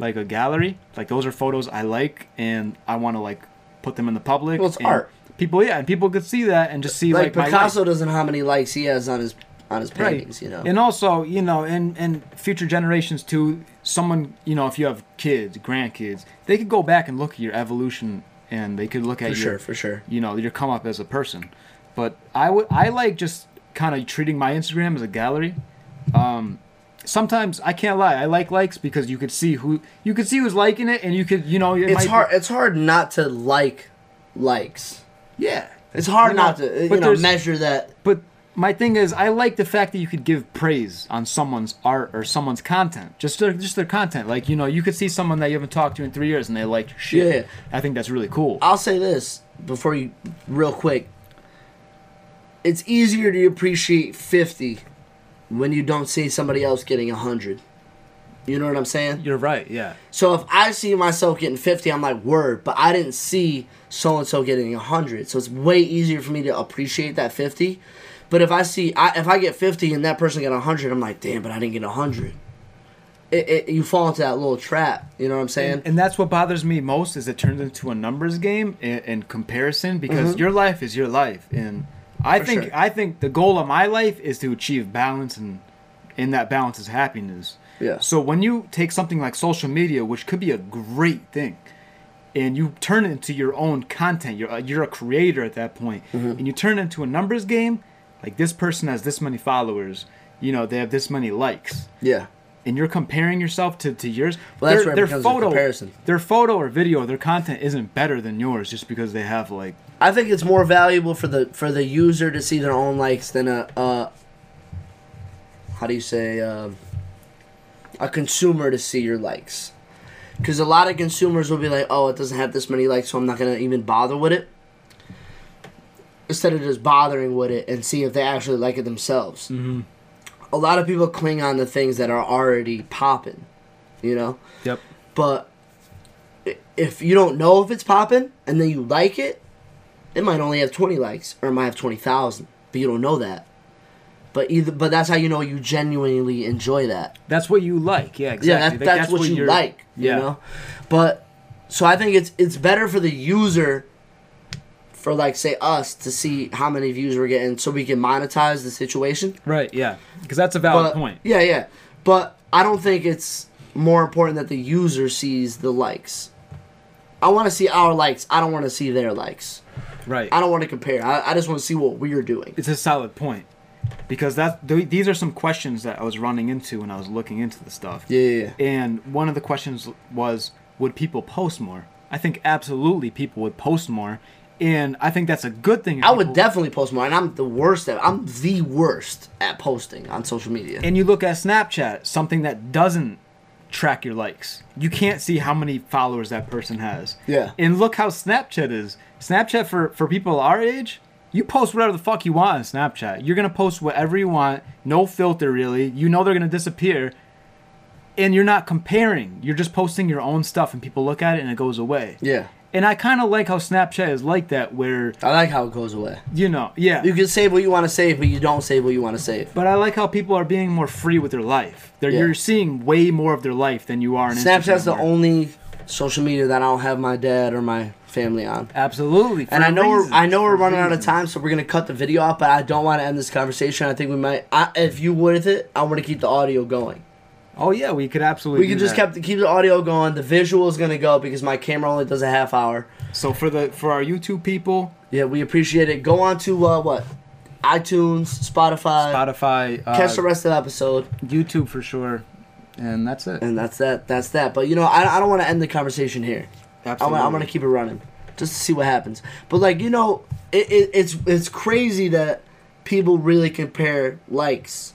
[SPEAKER 2] like a gallery. Like those are photos I like, and I want to like put them in the public.
[SPEAKER 1] Well, it's
[SPEAKER 2] and
[SPEAKER 1] art.
[SPEAKER 2] People, yeah, and people could see that and just see
[SPEAKER 1] Like,
[SPEAKER 2] like, my life.
[SPEAKER 1] Picasso doesn't know how many likes he has on his on his paintings. You know.
[SPEAKER 2] And also, you know, and and future generations too. Someone, you know, if you have kids, grandkids, they could go back and look at your evolution, and they could look
[SPEAKER 1] for
[SPEAKER 2] at your,
[SPEAKER 1] sure, for sure.
[SPEAKER 2] you know, your come up as a person. But I would, I like just kind of treating my Instagram as a gallery. Um, sometimes I can't lie, I like likes because you could see who you could see who's liking it, and you could, you know, it might
[SPEAKER 1] It's
[SPEAKER 2] be-
[SPEAKER 1] hard. It's hard not to like likes.
[SPEAKER 2] yeah,
[SPEAKER 1] It's hard
[SPEAKER 2] You know,
[SPEAKER 1] not to uh,
[SPEAKER 2] but
[SPEAKER 1] you know
[SPEAKER 2] there's-
[SPEAKER 1] measure that.
[SPEAKER 2] But my thing is, I like the fact that you could give praise on someone's art or someone's content, just their, just their content. Like you know, you could see someone that you haven't talked to in three years, and they like your shit.
[SPEAKER 1] Yeah.
[SPEAKER 2] I think that's really cool.
[SPEAKER 1] I'll say this before you, real quick. It's easier to appreciate 50 when you don't see somebody else getting 100. You know what I'm saying?
[SPEAKER 2] You're right. Yeah.
[SPEAKER 1] So if I see myself getting 50, I'm like, word, but I didn't see so and so getting 100. So it's way easier for me to appreciate that 50. But if I see, I, if I get 50 and that person got 100, I'm like, damn, but I didn't get 100. It, it, you fall into that little trap. You know what I'm saying?
[SPEAKER 2] And that's what bothers me most is it turns into a numbers game in, in comparison because your life is your life, and I
[SPEAKER 1] Mm-hmm. For
[SPEAKER 2] think
[SPEAKER 1] sure.
[SPEAKER 2] I think the goal of my life is to achieve balance, and in that balance is happiness.
[SPEAKER 1] Yeah.
[SPEAKER 2] So when you take something like social media, which could be a great thing, and you turn it into your own content, you're a, you're a creator at that point,
[SPEAKER 1] Mm-hmm.
[SPEAKER 2] and you turn it into a numbers game. Like this person has this many followers, you know they have this many likes
[SPEAKER 1] yeah.
[SPEAKER 2] and you're comparing yourself to, to yours,
[SPEAKER 1] Well, that's where it becomes a comparison.
[SPEAKER 2] their photo or video, their content isn't better than yours just because they have like
[SPEAKER 1] I think it's more valuable for the for the user to see their own likes than a, a how do you say um, a consumer to see your likes. Because a lot of consumers will be like, "Oh, it doesn't have this many likes, so I'm not gonna even bother with it." Instead of just bothering with it and see if they actually like it themselves. Mm-hmm. A lot of people cling on to things that are already popping, you know.
[SPEAKER 2] yep
[SPEAKER 1] But i- if you don't know if it's popping and then you like it, it might only have 20 likes or it might have 20,000, but you don't know that. But either but that's how you know you genuinely enjoy that.
[SPEAKER 2] that's what you like yeah exactly
[SPEAKER 1] Yeah, that, that's, what, you
[SPEAKER 2] you're-
[SPEAKER 1] like, you know. But so I think it's it's better for the user for like say us to see how many views we're getting so we can monetize the situation.
[SPEAKER 2] right yeah because that's a valid
[SPEAKER 1] But-
[SPEAKER 2] point
[SPEAKER 1] Yeah, yeah. But I don't think it's more important that the user sees the likes. I want to see our likes. I don't want to see their likes.
[SPEAKER 2] right
[SPEAKER 1] I don't want to compare. I, I just want to see what we're doing.
[SPEAKER 2] it's a solid point because that th- these are some questions that I was running into when I was looking into the stuff
[SPEAKER 1] Yeah, yeah, yeah.
[SPEAKER 2] and one of the questions was would people post more I think absolutely people would post more and I think that's a good thing if
[SPEAKER 1] I would
[SPEAKER 2] people-
[SPEAKER 1] definitely post more, and I'm the worst at. I'm the worst at posting on social media.
[SPEAKER 2] and you look at Snapchat, something that doesn't track your likes. You can't see how many followers that person has.
[SPEAKER 1] Yeah.
[SPEAKER 2] And look how Snapchat is. Snapchat for for people our age, you post whatever the fuck you want on Snapchat. You're gonna post whatever you want, no filter really. You know they're gonna disappear. And you're not comparing. You're just posting your own stuff, and people look at it and it goes away.
[SPEAKER 1] yeah,
[SPEAKER 2] And I kind of like how Snapchat is like that, where
[SPEAKER 1] I like how it goes away.
[SPEAKER 2] you know, yeah.
[SPEAKER 1] You can save what you want to save, but you don't save what you want to save.
[SPEAKER 2] But I like how people are being more free with their life. They're,
[SPEAKER 1] Yeah.
[SPEAKER 2] You're seeing way more of their life than you are on
[SPEAKER 1] Snapchat's
[SPEAKER 2] Instagram
[SPEAKER 1] the
[SPEAKER 2] or-
[SPEAKER 1] only social media that I don't have my dad or my family on.
[SPEAKER 2] Absolutely. for
[SPEAKER 1] And I know
[SPEAKER 2] reasons,
[SPEAKER 1] we're I know we're
[SPEAKER 2] for
[SPEAKER 1] running out of
[SPEAKER 2] reasons.
[SPEAKER 1] time, so we're gonna cut the video off. But I don't want to end this conversation. I think we might. I, if you with it, I want to keep the audio going.
[SPEAKER 2] Oh yeah, we could absolutely.
[SPEAKER 1] We can
[SPEAKER 2] do
[SPEAKER 1] just
[SPEAKER 2] that.
[SPEAKER 1] kept keep the audio going. The visual is gonna go because my camera only does a half hour.
[SPEAKER 2] So for the for our YouTube people,
[SPEAKER 1] Yeah, we appreciate it. Go on to uh, what iTunes, Spotify.
[SPEAKER 2] Spotify, uh,
[SPEAKER 1] Catch the rest of the episode,
[SPEAKER 2] YouTube for sure, and that's it.
[SPEAKER 1] and that's that. That's that. But you know, I, I don't want to end the conversation here. I want I want to keep it running, just to see what happens. But like you know, it, it it's it's crazy that people really compare likes.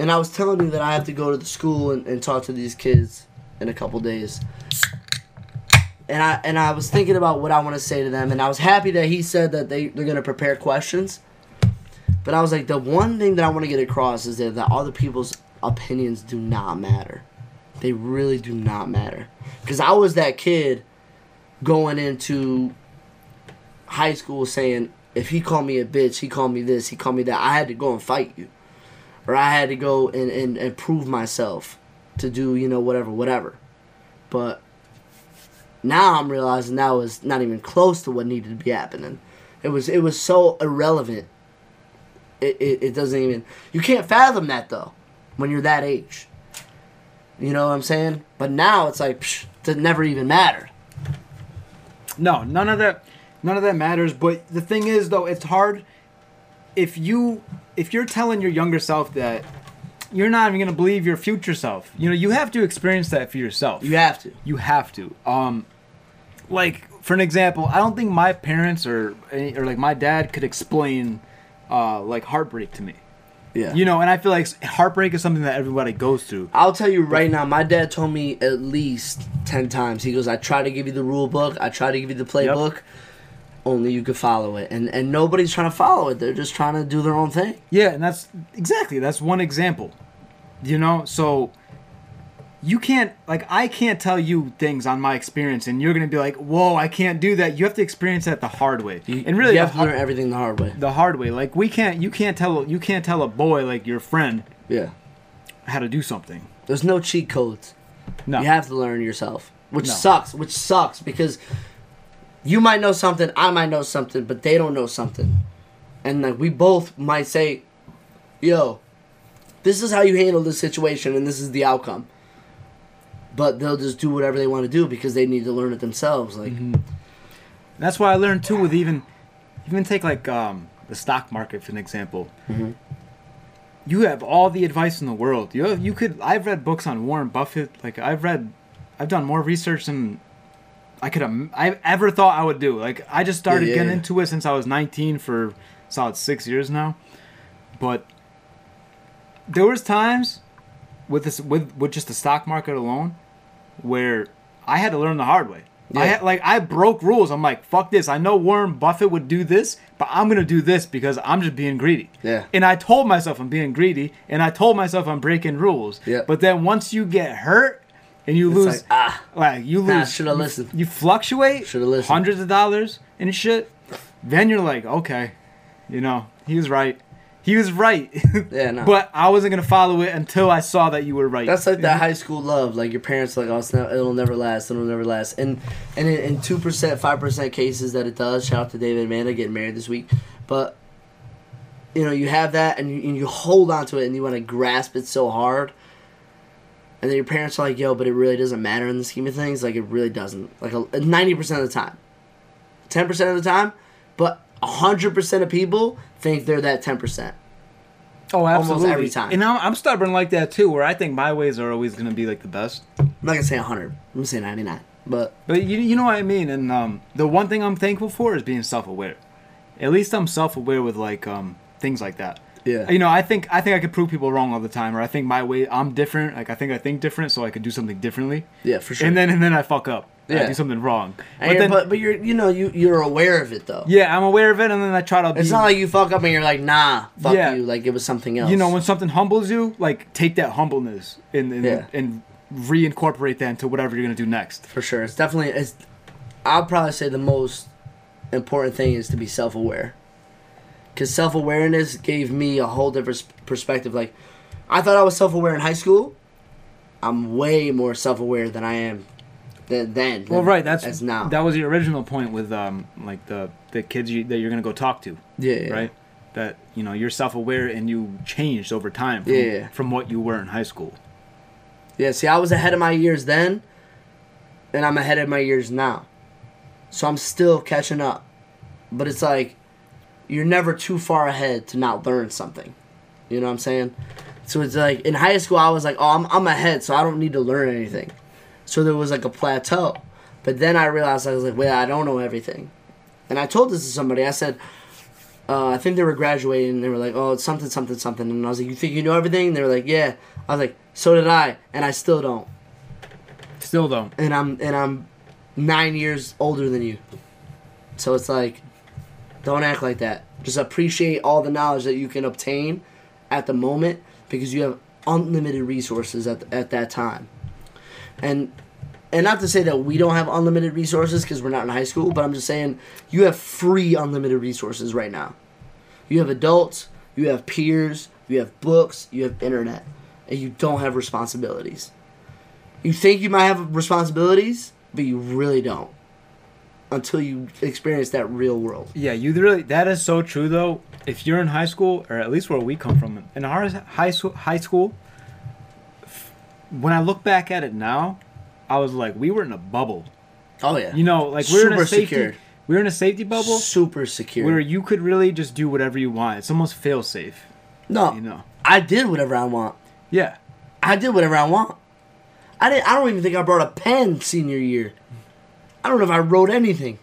[SPEAKER 1] And I was telling you that I have to go to the school and, and talk to these kids in a couple days. And I and I was thinking about what I want to say to them, and I was happy that he said that they they're gonna prepare questions. But I was like, the one thing that I want to get across is that, that other people's opinions do not matter. They really do not matter. Because I was that kid going into high school saying, if he called me a bitch, he called me this, he called me that. I had to go and fight you. Or I had to go and, and, and prove myself to do, you know, whatever, whatever. But now I'm realizing that was not even close to what needed to be happening. It was it was so irrelevant. It, it, it doesn't even you can't fathom that though when you're that age. You know what I'm saying? But now it's like psh, it never even mattered.
[SPEAKER 2] No, none of that none of that matters, but the thing is though, it's hard if you if you're telling your younger self that you're not even going to believe your future self. You know, you have to experience that for yourself.
[SPEAKER 1] You have to.
[SPEAKER 2] You have to. Um, like for an example, I don't think my parents or any- or like my dad could explain uh like heartbreak to me.
[SPEAKER 1] Yeah.
[SPEAKER 2] You know, and I feel like heartbreak is something that everybody goes through.
[SPEAKER 1] I'll tell you right now, my dad told me at least 10 times. He goes, I try to give you the rule book, I try to give you the playbook, only you could follow it. And and nobody's trying to follow it. They're just trying to do their own thing.
[SPEAKER 2] Yeah, and that's exactly that's one example. You know, so you can't like I can't tell you things on my experience, and you're gonna be like, "Whoa, I can't do that." You have to experience that the hard way, and really
[SPEAKER 1] you
[SPEAKER 2] the,
[SPEAKER 1] have to learn
[SPEAKER 2] har-
[SPEAKER 1] everything the hard way.
[SPEAKER 2] the hard way. Like we can't, you can't tell you can't tell a boy like your friend
[SPEAKER 1] Yeah.
[SPEAKER 2] how to do something.
[SPEAKER 1] There's no cheat codes.
[SPEAKER 2] No,
[SPEAKER 1] You have to learn yourself, which
[SPEAKER 2] No.
[SPEAKER 1] sucks, which sucks because you might know something, I might know something, but they don't know something. And like we both might say, "Yo, this is how you handle this situation and this is the outcome." But they'll just do whatever they want to do because they need to learn it themselves. Like,
[SPEAKER 2] Mm-hmm. That's why I learned too with even even take like um, the stock market for an example.
[SPEAKER 1] Mm-hmm.
[SPEAKER 2] You have all the advice in the world. You have, you could I've read books on Warren Buffett. Like I've read I've done more research than I could have I ever thought I would do. Like I just started
[SPEAKER 1] yeah,
[SPEAKER 2] getting
[SPEAKER 1] yeah.
[SPEAKER 2] into it since I was 19 for a solid 6 years now. But there was times with this with with just the stock market alone where I had to learn the hard way. I
[SPEAKER 1] Yeah.
[SPEAKER 2] had, like I broke rules. I'm like, fuck this. I know Warren Buffett would do this, but I'm gonna do this because I'm just being greedy.
[SPEAKER 1] Yeah.
[SPEAKER 2] And I told myself I'm being greedy, and I told myself I'm breaking rules.
[SPEAKER 1] Yeah.
[SPEAKER 2] But then once you get hurt and you lose,
[SPEAKER 1] like, ah.
[SPEAKER 2] like, you lose,
[SPEAKER 1] Nah, shoulda
[SPEAKER 2] you-
[SPEAKER 1] listened.
[SPEAKER 2] You fluctuate,
[SPEAKER 1] Shoulda listened.
[SPEAKER 2] hundreds of dollars and shit. Then you're like, okay, you know, he was right. He was right.
[SPEAKER 1] Yeah, no.
[SPEAKER 2] But I wasn't gonna follow it until I saw that you were right.
[SPEAKER 1] That's like that high school love. Like your parents, are like, oh, it's not, it'll never last. It'll never last. And and in- in two percent, five percent cases that it does. Shout out to David and Amanda getting married this week. But you know, you have that, and you, and you hold on to it, and you want to grasp it so hard. And then your parents are like, "Yo, but it really doesn't matter in the scheme of things. Like it really doesn't. Like ninety percent of the time, ten percent of the time, but hundred percent of people think they're that ten percent."
[SPEAKER 2] Oh,
[SPEAKER 1] Almost
[SPEAKER 2] absolutely.
[SPEAKER 1] every time.
[SPEAKER 2] And I'm, I'm stubborn like that too, where I think my ways are always going to be like the best.
[SPEAKER 1] I'm not gonna say hundred. I'm gonna say ninety nine. But
[SPEAKER 2] But you, you know what I mean. And um, the one thing I'm thankful for is being self-aware. At least I'm self-aware with like um, things like that.
[SPEAKER 1] Yeah.
[SPEAKER 2] You know, I think I think I could prove people wrong all the time, or I think my way I'm different. Like I think I think different, so I could do something differently.
[SPEAKER 1] Yeah, for sure.
[SPEAKER 2] And then and then I fuck up. Yeah.
[SPEAKER 1] Yeah.
[SPEAKER 2] I do something wrong.
[SPEAKER 1] And
[SPEAKER 2] but
[SPEAKER 1] you're-
[SPEAKER 2] then
[SPEAKER 1] But, but you're you know you you're aware of it though.
[SPEAKER 2] yeah, I'm aware of it, and then I try to.
[SPEAKER 1] It's
[SPEAKER 2] be,
[SPEAKER 1] not like you fuck up and you're like nah fuck
[SPEAKER 2] Yeah.
[SPEAKER 1] you like it was something else.
[SPEAKER 2] you know when something humbles you like take that humbleness and and,
[SPEAKER 1] Yeah.
[SPEAKER 2] and reincorporate that into whatever you're gonna do next
[SPEAKER 1] for sure it's definitely it's. I'll probably say the most important thing is to be self aware. Cause self awareness gave me a whole different s- perspective. Like, I thought I was self aware in high school. I'm way more self aware than I am than then.
[SPEAKER 2] Well,
[SPEAKER 1] than
[SPEAKER 2] right. That's
[SPEAKER 1] as now.
[SPEAKER 2] That was your original point with um, like the the kids you, that you're gonna go talk to.
[SPEAKER 1] Yeah, yeah,
[SPEAKER 2] Right. That you know you're self-aware and you changed over time. From,
[SPEAKER 1] Yeah, yeah, yeah.
[SPEAKER 2] From what you were in high school.
[SPEAKER 1] Yeah, see, I was ahead of my years then, and I'm ahead of my years now. So I'm still catching up. But it's like, you're never too far ahead to not learn something. You know what I'm saying? So it's like in high school, I was like, oh, I'm, I'm ahead, so I don't need to learn anything. So there was like a plateau. But then I realized I was like, wait, I don't know everything. And I told this to somebody. I said, uh, I think they were graduating and they were like, oh, it's something, something, something. And I was like, you think you know everything? And they were like, yeah. I was like, so did I. And I still don't.
[SPEAKER 2] Still don't.
[SPEAKER 1] And I'm, and I'm nine years older than you. So it's like, don't act like that. Just appreciate all the knowledge that you can obtain at the moment because you have unlimited resources at, at that time. And and not to say that we don't have unlimited resources because we're not in high school, but I'm just saying you have free unlimited resources right now. You have adults, you have peers, you have books, you have internet, and you don't have responsibilities. You think you might have responsibilities, but you really don't until you experience that real world.
[SPEAKER 2] Yeah, you really. That is so true, though. If you're in high school, or at least where we come from, in our high school, high school, f- when I look back at it now, I was like, we were in a bubble.
[SPEAKER 1] Oh yeah,
[SPEAKER 2] You know, like we're in
[SPEAKER 1] Super
[SPEAKER 2] a safety.
[SPEAKER 1] secure.
[SPEAKER 2] We were in a safety bubble
[SPEAKER 1] super secure.
[SPEAKER 2] where you could really just do whatever you want. It's almost fail safe.
[SPEAKER 1] no,
[SPEAKER 2] You know.
[SPEAKER 1] I did whatever I want.
[SPEAKER 2] Yeah.
[SPEAKER 1] I did whatever I want. I didn't. I don't even think I brought a pen senior year. I don't know if I wrote anything.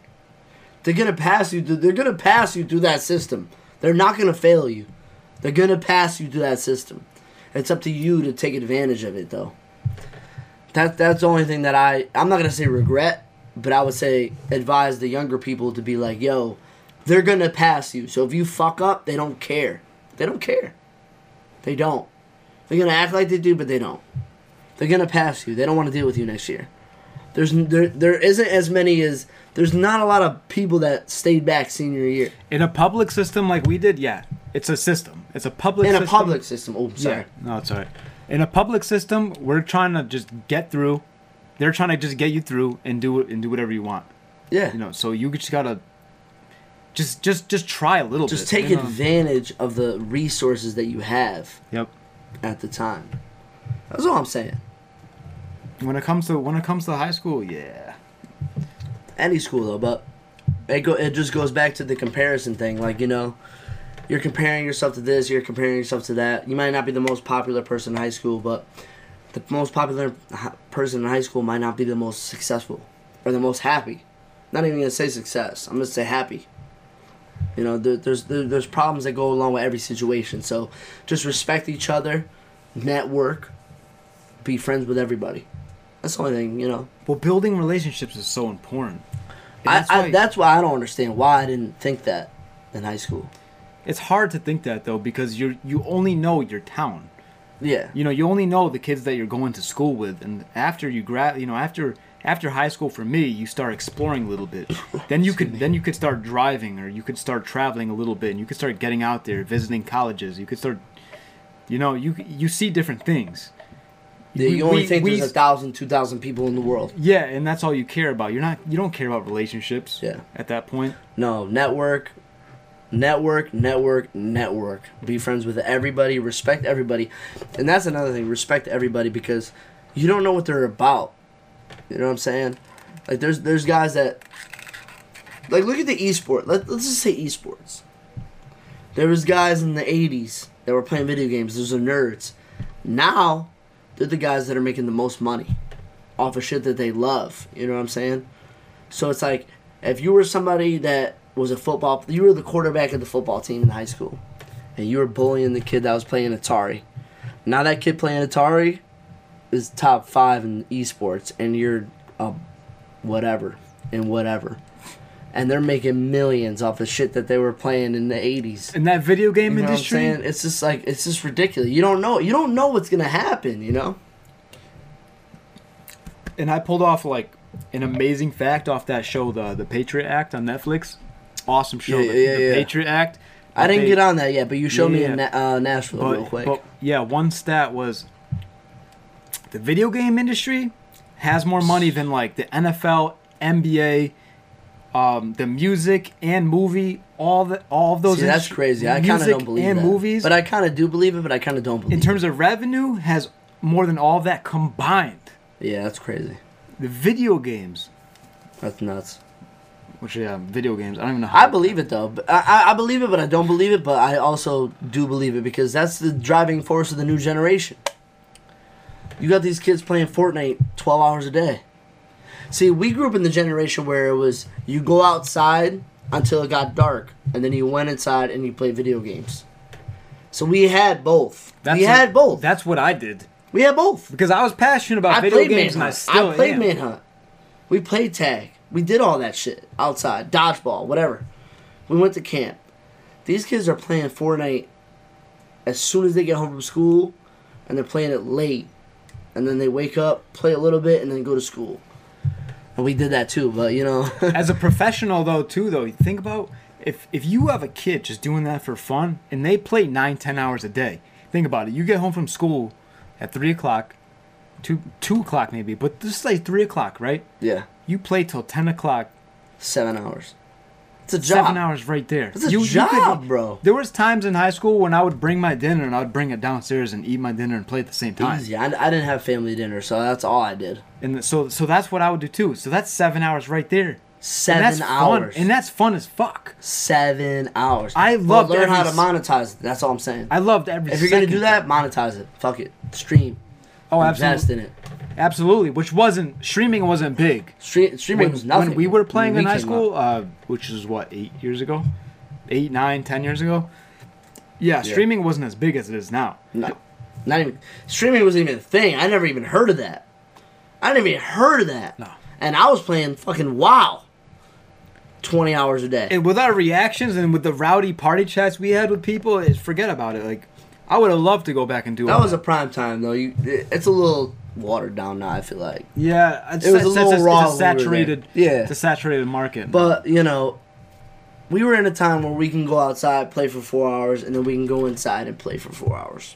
[SPEAKER 1] They're gonna pass you. Through, they're gonna pass you through that system. They're not gonna fail you. They're gonna pass you through that system. It's up to you to take advantage of it, though. That that's the only thing that I. I'm not gonna say regret, but I would say advise the younger people to be like, yo, they're gonna pass you. So if you fuck up, they don't care. They don't care. They don't. They're gonna act like they do, but they don't. They're gonna pass you. They don't want to deal with you next year. There's n- there there isn't as many as there's not a lot of people that stayed back senior year
[SPEAKER 2] In a public system like we did, yeah, it's a system. It's a public
[SPEAKER 1] in
[SPEAKER 2] system.
[SPEAKER 1] a public system. Oh, sorry.
[SPEAKER 2] Yeah. No, it's all right. In a public system, we're trying to just get through. They're trying to just get you through and do it and do whatever you want.
[SPEAKER 1] Yeah.
[SPEAKER 2] You know, so you just gotta just just just try a little
[SPEAKER 1] Just
[SPEAKER 2] bit.
[SPEAKER 1] take
[SPEAKER 2] you know?
[SPEAKER 1] advantage of the resources that you have
[SPEAKER 2] Yep.
[SPEAKER 1] at the time. That's all I'm saying.
[SPEAKER 2] When it comes to when it comes to high school, yeah.
[SPEAKER 1] any school though, but it go it just goes back to the comparison thing. Like you know, you're comparing yourself to this, you're comparing yourself to that. You might not be the most popular person in high school, but the most popular h- person in high school might not be the most successful or the most happy. Not even gonna say success. I'm gonna say happy. You know, there, there's there, there's problems that go along with every situation. So just respect each other, network, be friends with everybody. That's the only thing you know.
[SPEAKER 2] Well, building relationships is so important. And
[SPEAKER 1] I, I,
[SPEAKER 2] why-
[SPEAKER 1] that's why I don't understand why I didn't think that in high school.
[SPEAKER 2] it's hard to think that though because you are you only know your town.
[SPEAKER 1] Yeah.
[SPEAKER 2] you know you only know the kids that you're going to school with and after you grad you know after after high school for me you start exploring a little bit then you could then you could start driving or you could start traveling a little bit and you could start getting out there visiting colleges you could start you know you you see different things
[SPEAKER 1] Yeah,
[SPEAKER 2] We-
[SPEAKER 1] you only
[SPEAKER 2] we-
[SPEAKER 1] think
[SPEAKER 2] we-
[SPEAKER 1] there's a thousand, two thousand people in the world.
[SPEAKER 2] yeah and that's all you care about you're not you don't care about relationships
[SPEAKER 1] Yeah.
[SPEAKER 2] at that point
[SPEAKER 1] No, network, network, network, network. Be friends with everybody, respect everybody. And that's another thing, respect everybody because you don't know what they're about. You know what I'm saying? Like there's there's guys that like look at the esport. Let, let's just say esports. There was guys in the 80s that were playing video games. Those are nerds. Now, they're the guys that are making the most money off of shit that they love. You know what I'm saying? So it's like if you were somebody that was a football, you were the quarterback of the football team in high school, and you were bullying the kid that was playing Atari. Now that kid playing Atari is top five in esports, and you're a whatever and whatever, and they're making millions off the shit that they were playing in the '80s.
[SPEAKER 2] in that video game
[SPEAKER 1] You know what I'm
[SPEAKER 2] industry
[SPEAKER 1] saying? It's just like it's just ridiculous. You don't know. You don't know what's gonna happen. You know?
[SPEAKER 2] and I pulled off like an amazing fact off that show, the the Patriot Act on Netflix. Awesome show,
[SPEAKER 1] Yeah,
[SPEAKER 2] the,
[SPEAKER 1] yeah,
[SPEAKER 2] the
[SPEAKER 1] yeah.
[SPEAKER 2] Patriot Act.
[SPEAKER 1] I didn't
[SPEAKER 2] They-
[SPEAKER 1] get on that yet, but you showed me in
[SPEAKER 2] Yeah.
[SPEAKER 1] Na- uh, Nashville
[SPEAKER 2] but,
[SPEAKER 1] real quick.
[SPEAKER 2] but, yeah, one stat was the video game industry has more money than like the NFL, NBA, um, the music and movie, all the all of those.
[SPEAKER 1] See, that's
[SPEAKER 2] industry-
[SPEAKER 1] crazy. I kind of
[SPEAKER 2] music
[SPEAKER 1] don't believe
[SPEAKER 2] and
[SPEAKER 1] that.
[SPEAKER 2] movies.
[SPEAKER 1] but I kind of do believe it, but I kind of don't believe.
[SPEAKER 2] in terms of revenue, has more than all that combined.
[SPEAKER 1] it. yeah, that's crazy.
[SPEAKER 2] The video games.
[SPEAKER 1] That's nuts.
[SPEAKER 2] Which yeah, video games. I don't even know.
[SPEAKER 1] I believe it though. But I, I- I believe it, but I don't believe it. But I also do believe it because that's the driving force of the new generation. You got these kids playing Fortnite twelve hours a day. See, we grew up in the generation where it was you go outside until it got dark, and then you went inside and you played video games. So we had both. we had both.
[SPEAKER 3] That's what I did
[SPEAKER 1] we had both.
[SPEAKER 3] because I was passionate about
[SPEAKER 1] I
[SPEAKER 3] video
[SPEAKER 1] played
[SPEAKER 3] games, and I
[SPEAKER 1] Manhunt.
[SPEAKER 3] still
[SPEAKER 1] I played
[SPEAKER 3] am.
[SPEAKER 1] Manhunt. We played tag. We did all that shit outside, dodgeball, whatever. We went to camp. These kids are playing Fortnite as soon as they get home from school, and they're playing it late, and then they wake up, play a little bit, and then go to school. And we did that too, but you know,
[SPEAKER 3] As a professional, though, too, though, think about
[SPEAKER 2] if if you have a kid just doing that for fun and they play nine ten hours a day think about it you get home from school at three o'clock two two o'clock maybe but this is like three o'clock right
[SPEAKER 1] yeah,
[SPEAKER 2] you play till ten o'clock
[SPEAKER 1] seven hours. It's a job.
[SPEAKER 2] seven hours right there
[SPEAKER 1] That's a
[SPEAKER 2] you,
[SPEAKER 1] job,
[SPEAKER 2] you could-
[SPEAKER 1] bro.
[SPEAKER 2] there was times in high school when i would bring my dinner and i would bring it downstairs and eat my dinner and play at the same time
[SPEAKER 1] Easy. I, I didn't have family dinner, so that's all I did.
[SPEAKER 2] and so so that's what i would do too so that's seven hours right there
[SPEAKER 1] Seven
[SPEAKER 2] and that's
[SPEAKER 1] hours.
[SPEAKER 2] fun and that's fun as fuck
[SPEAKER 1] seven hours.
[SPEAKER 2] I
[SPEAKER 1] Well,
[SPEAKER 2] loved
[SPEAKER 1] learn how to
[SPEAKER 2] every
[SPEAKER 1] monetize it. That's all I'm saying.
[SPEAKER 2] i loved every
[SPEAKER 1] If you're gonna
[SPEAKER 2] second
[SPEAKER 1] do
[SPEAKER 2] of
[SPEAKER 1] that, monetize it. Fuck it. Stream.
[SPEAKER 2] oh
[SPEAKER 1] Invest
[SPEAKER 2] absolutely
[SPEAKER 1] in it.
[SPEAKER 2] absolutely which wasn't streaming wasn't big
[SPEAKER 1] Stream, streaming
[SPEAKER 2] when,
[SPEAKER 1] was nothing.
[SPEAKER 2] when we were playing
[SPEAKER 1] when
[SPEAKER 2] in
[SPEAKER 1] we
[SPEAKER 2] high
[SPEAKER 1] came
[SPEAKER 2] school,
[SPEAKER 1] up.
[SPEAKER 2] uh, which is what eight years ago, eight, nine, ten years ago. Yeah, streaming wasn't as big as it is now.
[SPEAKER 1] No, not even streaming wasn't even a thing. I never even heard of that. I didn't even heard of that.
[SPEAKER 2] No.
[SPEAKER 1] And I was playing fucking WoW. Twenty hours a day.
[SPEAKER 2] And with our reactions and with the rowdy party chats we had with people, it, forget about it. Like, I would have loved to go back and do
[SPEAKER 1] that
[SPEAKER 2] all
[SPEAKER 1] was a prime time though. You, it- it's a little watered down now. I feel like.
[SPEAKER 2] yeah, it's,
[SPEAKER 1] it was a
[SPEAKER 2] it's-
[SPEAKER 1] little
[SPEAKER 2] it's
[SPEAKER 1] raw when we
[SPEAKER 2] a
[SPEAKER 1] were
[SPEAKER 2] saturated,
[SPEAKER 1] there. Yeah.
[SPEAKER 2] it's a saturated market.
[SPEAKER 1] But you know, we were in a time where we can go outside, play for four hours, and then we can go inside and play for four hours.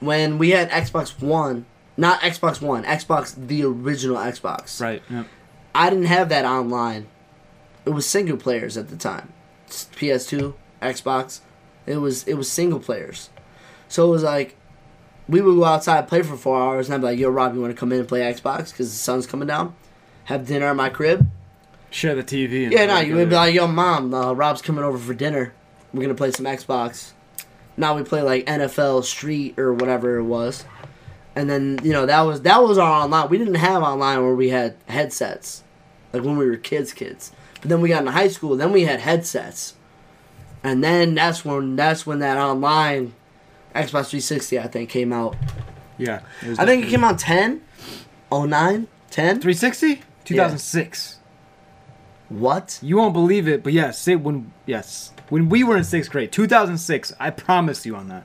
[SPEAKER 1] When we had Xbox One, not Xbox One, Xbox the original Xbox.
[SPEAKER 2] right, yeah.
[SPEAKER 1] I didn't have that online. It was single players at the time. It's PS2, Xbox. It was it was single players. So it was like we would go outside, play for four hours, and I'd be like, "Yo, Rob, you want to come in and play Xbox? Because the sun's coming down. Have dinner at my crib."
[SPEAKER 2] share the TV. And
[SPEAKER 1] Yeah, no, you would be like, yo, mom, uh, Rob's coming over for dinner. We're gonna play some Xbox. Now we play like NFL Street or whatever it was, and then you know that was that was our online. We didn't have online where we had headsets, like when we were kids, kids. But then we got into high school, then we had headsets, and then that's when that's when that online Xbox 360 I think came out.
[SPEAKER 2] yeah. it was
[SPEAKER 1] I think it
[SPEAKER 2] definitely-
[SPEAKER 1] came out 10, 09, 10.
[SPEAKER 2] 360, 2006.
[SPEAKER 1] What?
[SPEAKER 2] You won't believe it, but yes, it, when yes, when we were in sixth grade, 2006. I promise you on that.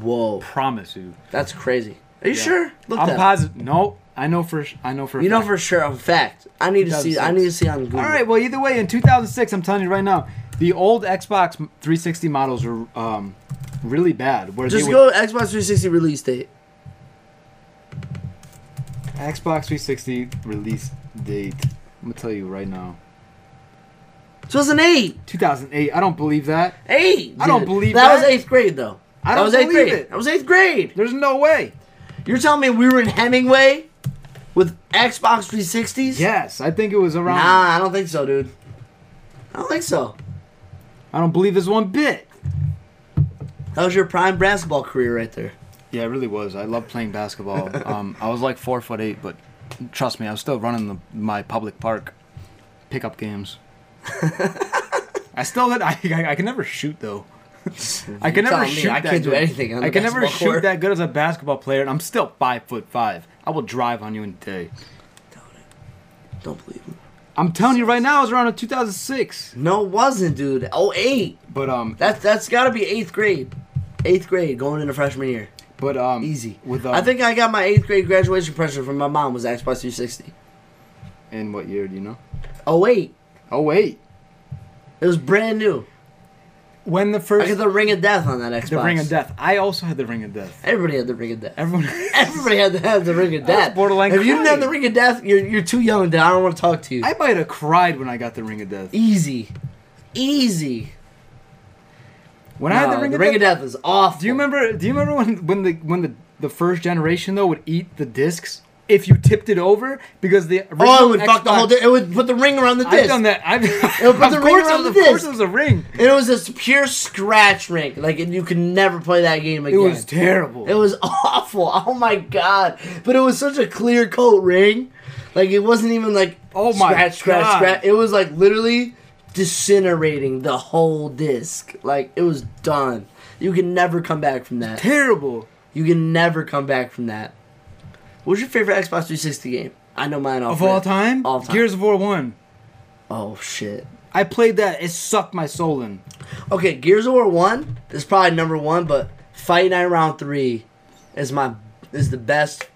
[SPEAKER 1] Whoa,
[SPEAKER 2] Promise you.
[SPEAKER 1] that's crazy. Are you sure? Look
[SPEAKER 2] I'm
[SPEAKER 1] that up.
[SPEAKER 2] positive. No, I know for. sh- I know for. a
[SPEAKER 1] You know
[SPEAKER 2] fact.
[SPEAKER 1] for sure a fact. I need to see. I
[SPEAKER 2] 2006.
[SPEAKER 1] need to see on Google.
[SPEAKER 2] All right. Well, either way, in 2006, I'm telling you right now, the old Xbox 360 models were um, really bad. Where
[SPEAKER 1] just
[SPEAKER 2] they
[SPEAKER 1] go
[SPEAKER 2] would,
[SPEAKER 1] to Xbox 360 release date.
[SPEAKER 2] Xbox 360 release date. I'm gonna tell you right now.
[SPEAKER 1] 2008.
[SPEAKER 2] 2008. I don't believe that.
[SPEAKER 1] Eight.
[SPEAKER 2] I don't
[SPEAKER 1] dude.
[SPEAKER 2] believe
[SPEAKER 1] that.
[SPEAKER 2] that.
[SPEAKER 1] was eighth grade though.
[SPEAKER 2] I
[SPEAKER 1] that
[SPEAKER 2] don't
[SPEAKER 1] was eighth
[SPEAKER 2] believe
[SPEAKER 1] grade.
[SPEAKER 2] it.
[SPEAKER 1] That was eighth grade.
[SPEAKER 2] There's no way.
[SPEAKER 1] You're telling me we were in Hemingway with Xbox 360s?
[SPEAKER 2] Yes, I think it was around.
[SPEAKER 1] Nah, I don't think so, dude. I don't think so.
[SPEAKER 2] I don't believe this one bit.
[SPEAKER 1] That was your prime basketball career right there.
[SPEAKER 2] Yeah, it really was. I love playing basketball. um, I was like four foot eight, but trust me, I was still running the, my public park pickup games. I still did. I, I, I can never shoot though. I
[SPEAKER 1] You're
[SPEAKER 2] can never
[SPEAKER 1] telling me
[SPEAKER 2] shoot.
[SPEAKER 1] I
[SPEAKER 2] that
[SPEAKER 1] can't do
[SPEAKER 2] good.
[SPEAKER 1] anything on
[SPEAKER 2] I
[SPEAKER 1] the
[SPEAKER 2] can never
[SPEAKER 1] basketball
[SPEAKER 2] shoot
[SPEAKER 1] court.
[SPEAKER 2] that good as a basketball player, and I'm still five foot five. I will drive on you in a day.
[SPEAKER 1] Don't believe me.
[SPEAKER 2] I'm telling you right now, it was around 2006.
[SPEAKER 1] No, it wasn't, dude. Oh, eight.
[SPEAKER 2] But um,
[SPEAKER 1] That's that's gotta be eighth grade. Eighth grade, going into freshman year.
[SPEAKER 2] but um,
[SPEAKER 1] Easy.
[SPEAKER 2] With um,
[SPEAKER 1] I think I got my eighth grade graduation present from my mom was Xbox 360.
[SPEAKER 2] in what year do you know?
[SPEAKER 1] Oh wait,
[SPEAKER 2] Oh wait,
[SPEAKER 1] it was brand new.
[SPEAKER 2] when the
[SPEAKER 1] I
[SPEAKER 2] first
[SPEAKER 1] got the Ring of Death on that Xbox.
[SPEAKER 2] the Ring of Death. I also had the Ring of Death.
[SPEAKER 1] Everybody had the Ring of Death.
[SPEAKER 2] Everyone.
[SPEAKER 1] Everybody had to have the Ring of
[SPEAKER 2] I was
[SPEAKER 1] Death.
[SPEAKER 2] borderline
[SPEAKER 1] if you didn't
[SPEAKER 2] crying.
[SPEAKER 1] have the Ring of Death, you're, you're too young. Then I don't want to talk to you.
[SPEAKER 2] I might have cried when I got the Ring of Death.
[SPEAKER 1] Easy, easy.
[SPEAKER 2] When I had
[SPEAKER 1] No,
[SPEAKER 2] the Ring, of, Death,
[SPEAKER 1] Death, is awful.
[SPEAKER 2] do you remember? Do you remember when when the when the the first generation though would eat the discs if you tipped it over because
[SPEAKER 1] Oh,
[SPEAKER 2] the original
[SPEAKER 1] it would fuck the
[SPEAKER 2] Xbox-
[SPEAKER 1] whole. Di- it would put the ring around the disc.
[SPEAKER 2] I've done that. I've
[SPEAKER 1] It'll put
[SPEAKER 2] of
[SPEAKER 1] the ring
[SPEAKER 2] course, it
[SPEAKER 1] around
[SPEAKER 2] was-
[SPEAKER 1] the
[SPEAKER 2] of course,
[SPEAKER 1] disc.
[SPEAKER 2] it was a ring.
[SPEAKER 1] And it was this pure scratch ring. Like and you could never play that game again.
[SPEAKER 3] It was terrible.
[SPEAKER 1] It was awful. Oh my god! But it was such a clear coat ring. Like it wasn't even like
[SPEAKER 3] Oh my
[SPEAKER 1] scratch, scratch,
[SPEAKER 3] God.
[SPEAKER 1] scratch. It was like literally disintegrating the whole disc. Like it was done. You can never come back from that.
[SPEAKER 3] terrible.
[SPEAKER 1] You can never come back from that. What's your favorite Xbox 360 game? I know mine off.
[SPEAKER 3] Of all time,
[SPEAKER 1] All time.
[SPEAKER 3] Gears of War One.
[SPEAKER 1] Oh shit.
[SPEAKER 3] I played that. It sucked my soul in.
[SPEAKER 1] Okay, Gears of War One is probably number one, but Fight Night Round Three is my is the best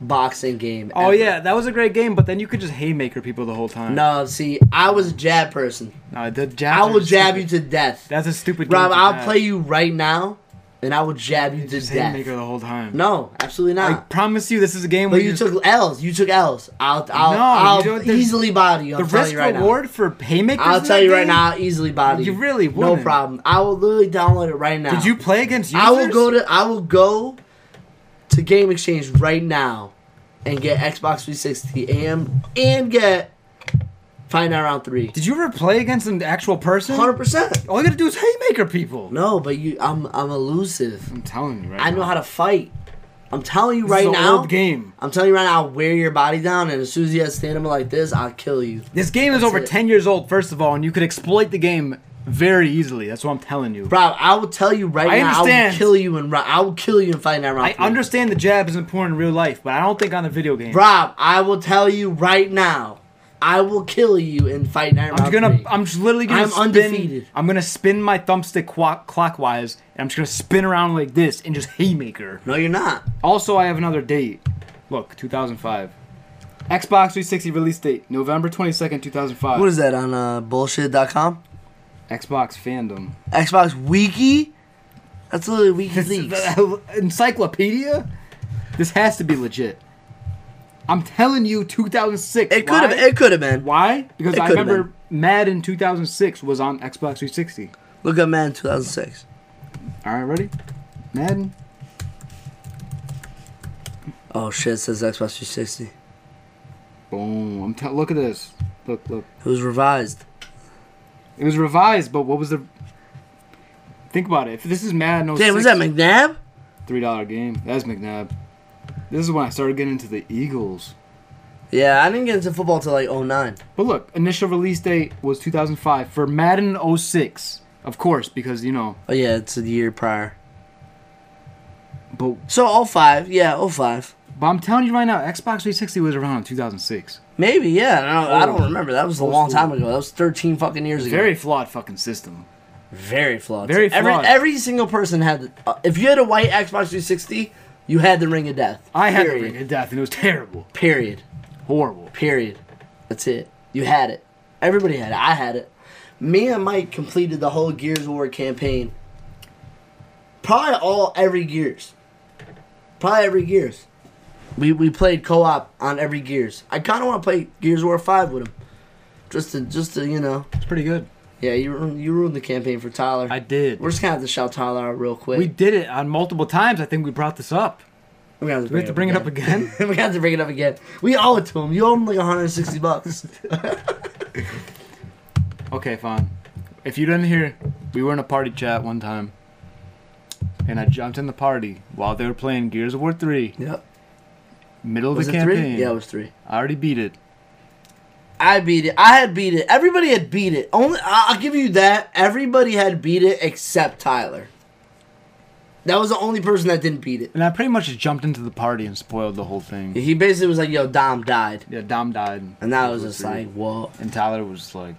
[SPEAKER 1] boxing game.
[SPEAKER 2] Oh
[SPEAKER 1] ever.
[SPEAKER 2] yeah, that was a great game, but then you could just haymaker people the whole time.
[SPEAKER 1] No, see, I was a jab person.
[SPEAKER 2] no the jabs
[SPEAKER 1] I
[SPEAKER 2] are
[SPEAKER 1] will
[SPEAKER 2] just
[SPEAKER 1] jab
[SPEAKER 2] stupid.
[SPEAKER 1] you to death.
[SPEAKER 2] That's a stupid.
[SPEAKER 1] Rob,
[SPEAKER 2] game to
[SPEAKER 1] I'll
[SPEAKER 2] have.
[SPEAKER 1] play you right now, and I will jab you to
[SPEAKER 2] Just
[SPEAKER 1] death.
[SPEAKER 2] haymaker the whole time.
[SPEAKER 1] No, absolutely
[SPEAKER 2] I
[SPEAKER 1] not.
[SPEAKER 2] promise you, this is a game
[SPEAKER 1] but
[SPEAKER 2] where
[SPEAKER 1] you
[SPEAKER 2] just-
[SPEAKER 1] took L's. You took L's. I'll,
[SPEAKER 2] No,
[SPEAKER 1] I'll,
[SPEAKER 2] you don't-
[SPEAKER 1] I'll
[SPEAKER 2] there's-
[SPEAKER 1] easily body you. I'm
[SPEAKER 2] the
[SPEAKER 1] telling
[SPEAKER 2] risk
[SPEAKER 1] you right now.
[SPEAKER 2] reward for haymakers.
[SPEAKER 1] I'll
[SPEAKER 2] in
[SPEAKER 1] tell
[SPEAKER 2] that
[SPEAKER 1] you right
[SPEAKER 2] game?
[SPEAKER 1] now, I'll easily body
[SPEAKER 2] You really
[SPEAKER 1] No
[SPEAKER 2] wouldn't.
[SPEAKER 1] problem. I will literally download it right now.
[SPEAKER 2] Did you play against? Users?
[SPEAKER 1] I will go to I will go to Game Exchange right now and get Xbox 360 and and get Find Out Round Three.
[SPEAKER 2] Did you ever play against an actual person?
[SPEAKER 1] Hundred percent.
[SPEAKER 2] All you gotta do is haymaker people.
[SPEAKER 1] No, but you, I'm I'm elusive.
[SPEAKER 2] I'm telling you right
[SPEAKER 1] I
[SPEAKER 2] now.
[SPEAKER 1] know how to fight. I'm telling you
[SPEAKER 2] This
[SPEAKER 1] right
[SPEAKER 2] is an
[SPEAKER 1] now.
[SPEAKER 2] Old game.
[SPEAKER 1] I'm telling you right now. I'll wear your body down, and as soon as you have stamina like this, I'll kill you.
[SPEAKER 2] This game is
[SPEAKER 1] That's
[SPEAKER 2] over
[SPEAKER 1] it.
[SPEAKER 2] 10 years old, first of all, and you could exploit the game very easily. That's what I'm telling you.
[SPEAKER 1] Bro, I will tell you right
[SPEAKER 2] I
[SPEAKER 1] now. I will
[SPEAKER 2] understand.
[SPEAKER 1] kill you and I will kill you and find that round.
[SPEAKER 2] I understand the jab is important in real life, but I don't think on the video game.
[SPEAKER 1] Rob, I will tell you right now. I will kill you in fight night.
[SPEAKER 2] I'm just gonna. I'm just literally gonna.
[SPEAKER 1] I'm
[SPEAKER 2] spin,
[SPEAKER 1] undefeated.
[SPEAKER 2] I'm gonna spin my thumbstick qua- clockwise, and I'm just gonna spin around like this and just haymaker.
[SPEAKER 1] no, you're not.
[SPEAKER 2] Also, I have another date. Look, 2005. Xbox 360 release date November 22nd, 2005.
[SPEAKER 1] What is that on uh, bullshit.com?
[SPEAKER 2] Xbox fandom?
[SPEAKER 1] Xbox Wiki. That's literally Wiki leaks.
[SPEAKER 2] Encyclopedia? This has to be legit. I'm telling you, 2006.
[SPEAKER 1] It could have.
[SPEAKER 2] Why?
[SPEAKER 1] It could have been.
[SPEAKER 2] Why? Because
[SPEAKER 1] It
[SPEAKER 2] I
[SPEAKER 1] could've
[SPEAKER 2] remember Madden 2006 was on Xbox 360.
[SPEAKER 1] Look up man, 2006.
[SPEAKER 2] All right, ready? Madden.
[SPEAKER 1] Oh shit! It says Xbox 360.
[SPEAKER 2] Boom. I'm tell look at this. Look, look.
[SPEAKER 1] It was revised.
[SPEAKER 2] It was revised, but what was the? Think about it. If this is Madden 06,
[SPEAKER 1] Damn, was that McNabb?
[SPEAKER 2] three dollar game. That's McNabb. This is when I started getting into the Eagles.
[SPEAKER 1] Yeah, I didn't get into football till like 09.
[SPEAKER 2] But look, initial release date was 2005 for Madden 06, of course, because you know.
[SPEAKER 1] Oh yeah, it's a year prior.
[SPEAKER 2] But
[SPEAKER 1] So 05, yeah, 05.
[SPEAKER 2] but I'm telling you right now, Xbox 360 was around in 2006.
[SPEAKER 1] Maybe, yeah. I don't, I don't
[SPEAKER 2] Oh.
[SPEAKER 1] remember. That was a
[SPEAKER 2] Old
[SPEAKER 1] long
[SPEAKER 2] school.
[SPEAKER 1] time ago. That was 13 fucking years ago.
[SPEAKER 2] Very flawed fucking system.
[SPEAKER 1] very flawed.
[SPEAKER 2] very
[SPEAKER 1] Every,
[SPEAKER 2] flawed.
[SPEAKER 1] every single person had. The, uh, if you had a white Xbox 360, you had the Ring of Death.
[SPEAKER 2] I had the
[SPEAKER 1] Period.
[SPEAKER 2] ring of death, and it was terrible,
[SPEAKER 1] Period.
[SPEAKER 2] horrible.
[SPEAKER 1] Period. That's it. You had it. Everybody had it. I had it. Me and Mike completed the whole Gears of War campaign. Probably all every Gears. Probably every Gears. We we played co-op on every Gears. I kind of want to play Gears of War Five with him, just to just to you know.
[SPEAKER 2] It's pretty good.
[SPEAKER 1] Yeah, you ruined, you ruined the campaign for Tyler.
[SPEAKER 2] I did.
[SPEAKER 1] We're just gonna have to shout Tyler out real quick.
[SPEAKER 2] We did it on multiple times. I think we brought this up.
[SPEAKER 1] we have to
[SPEAKER 2] Do we have to bring it up again?
[SPEAKER 1] we have to bring it up again. We owe it to him. You owe him like 160 bucks.
[SPEAKER 2] Okay, fine. If you didn't hear, we were in a party chat one time, and I jumped in the party while they were playing Gears of War 3,
[SPEAKER 1] yep.
[SPEAKER 2] middle of
[SPEAKER 1] Was
[SPEAKER 2] the
[SPEAKER 1] it
[SPEAKER 2] campaign.
[SPEAKER 1] three? Yeah, it was three.
[SPEAKER 2] I already beat it.
[SPEAKER 1] I beat it. I had beat it. Everybody had beat it. Only I- I'll give you that. Everybody had beat it except Tyler. That was the only person that didn't beat it.
[SPEAKER 2] And I pretty much just jumped into the party and spoiled the whole thing.
[SPEAKER 1] He basically was like, "Yo, Dom died,"
[SPEAKER 2] Yeah, Dom died. in
[SPEAKER 1] and that
[SPEAKER 2] Gears
[SPEAKER 1] was
[SPEAKER 2] of
[SPEAKER 1] just
[SPEAKER 2] War 3.
[SPEAKER 1] like, "Whoa."
[SPEAKER 2] And Tyler was just like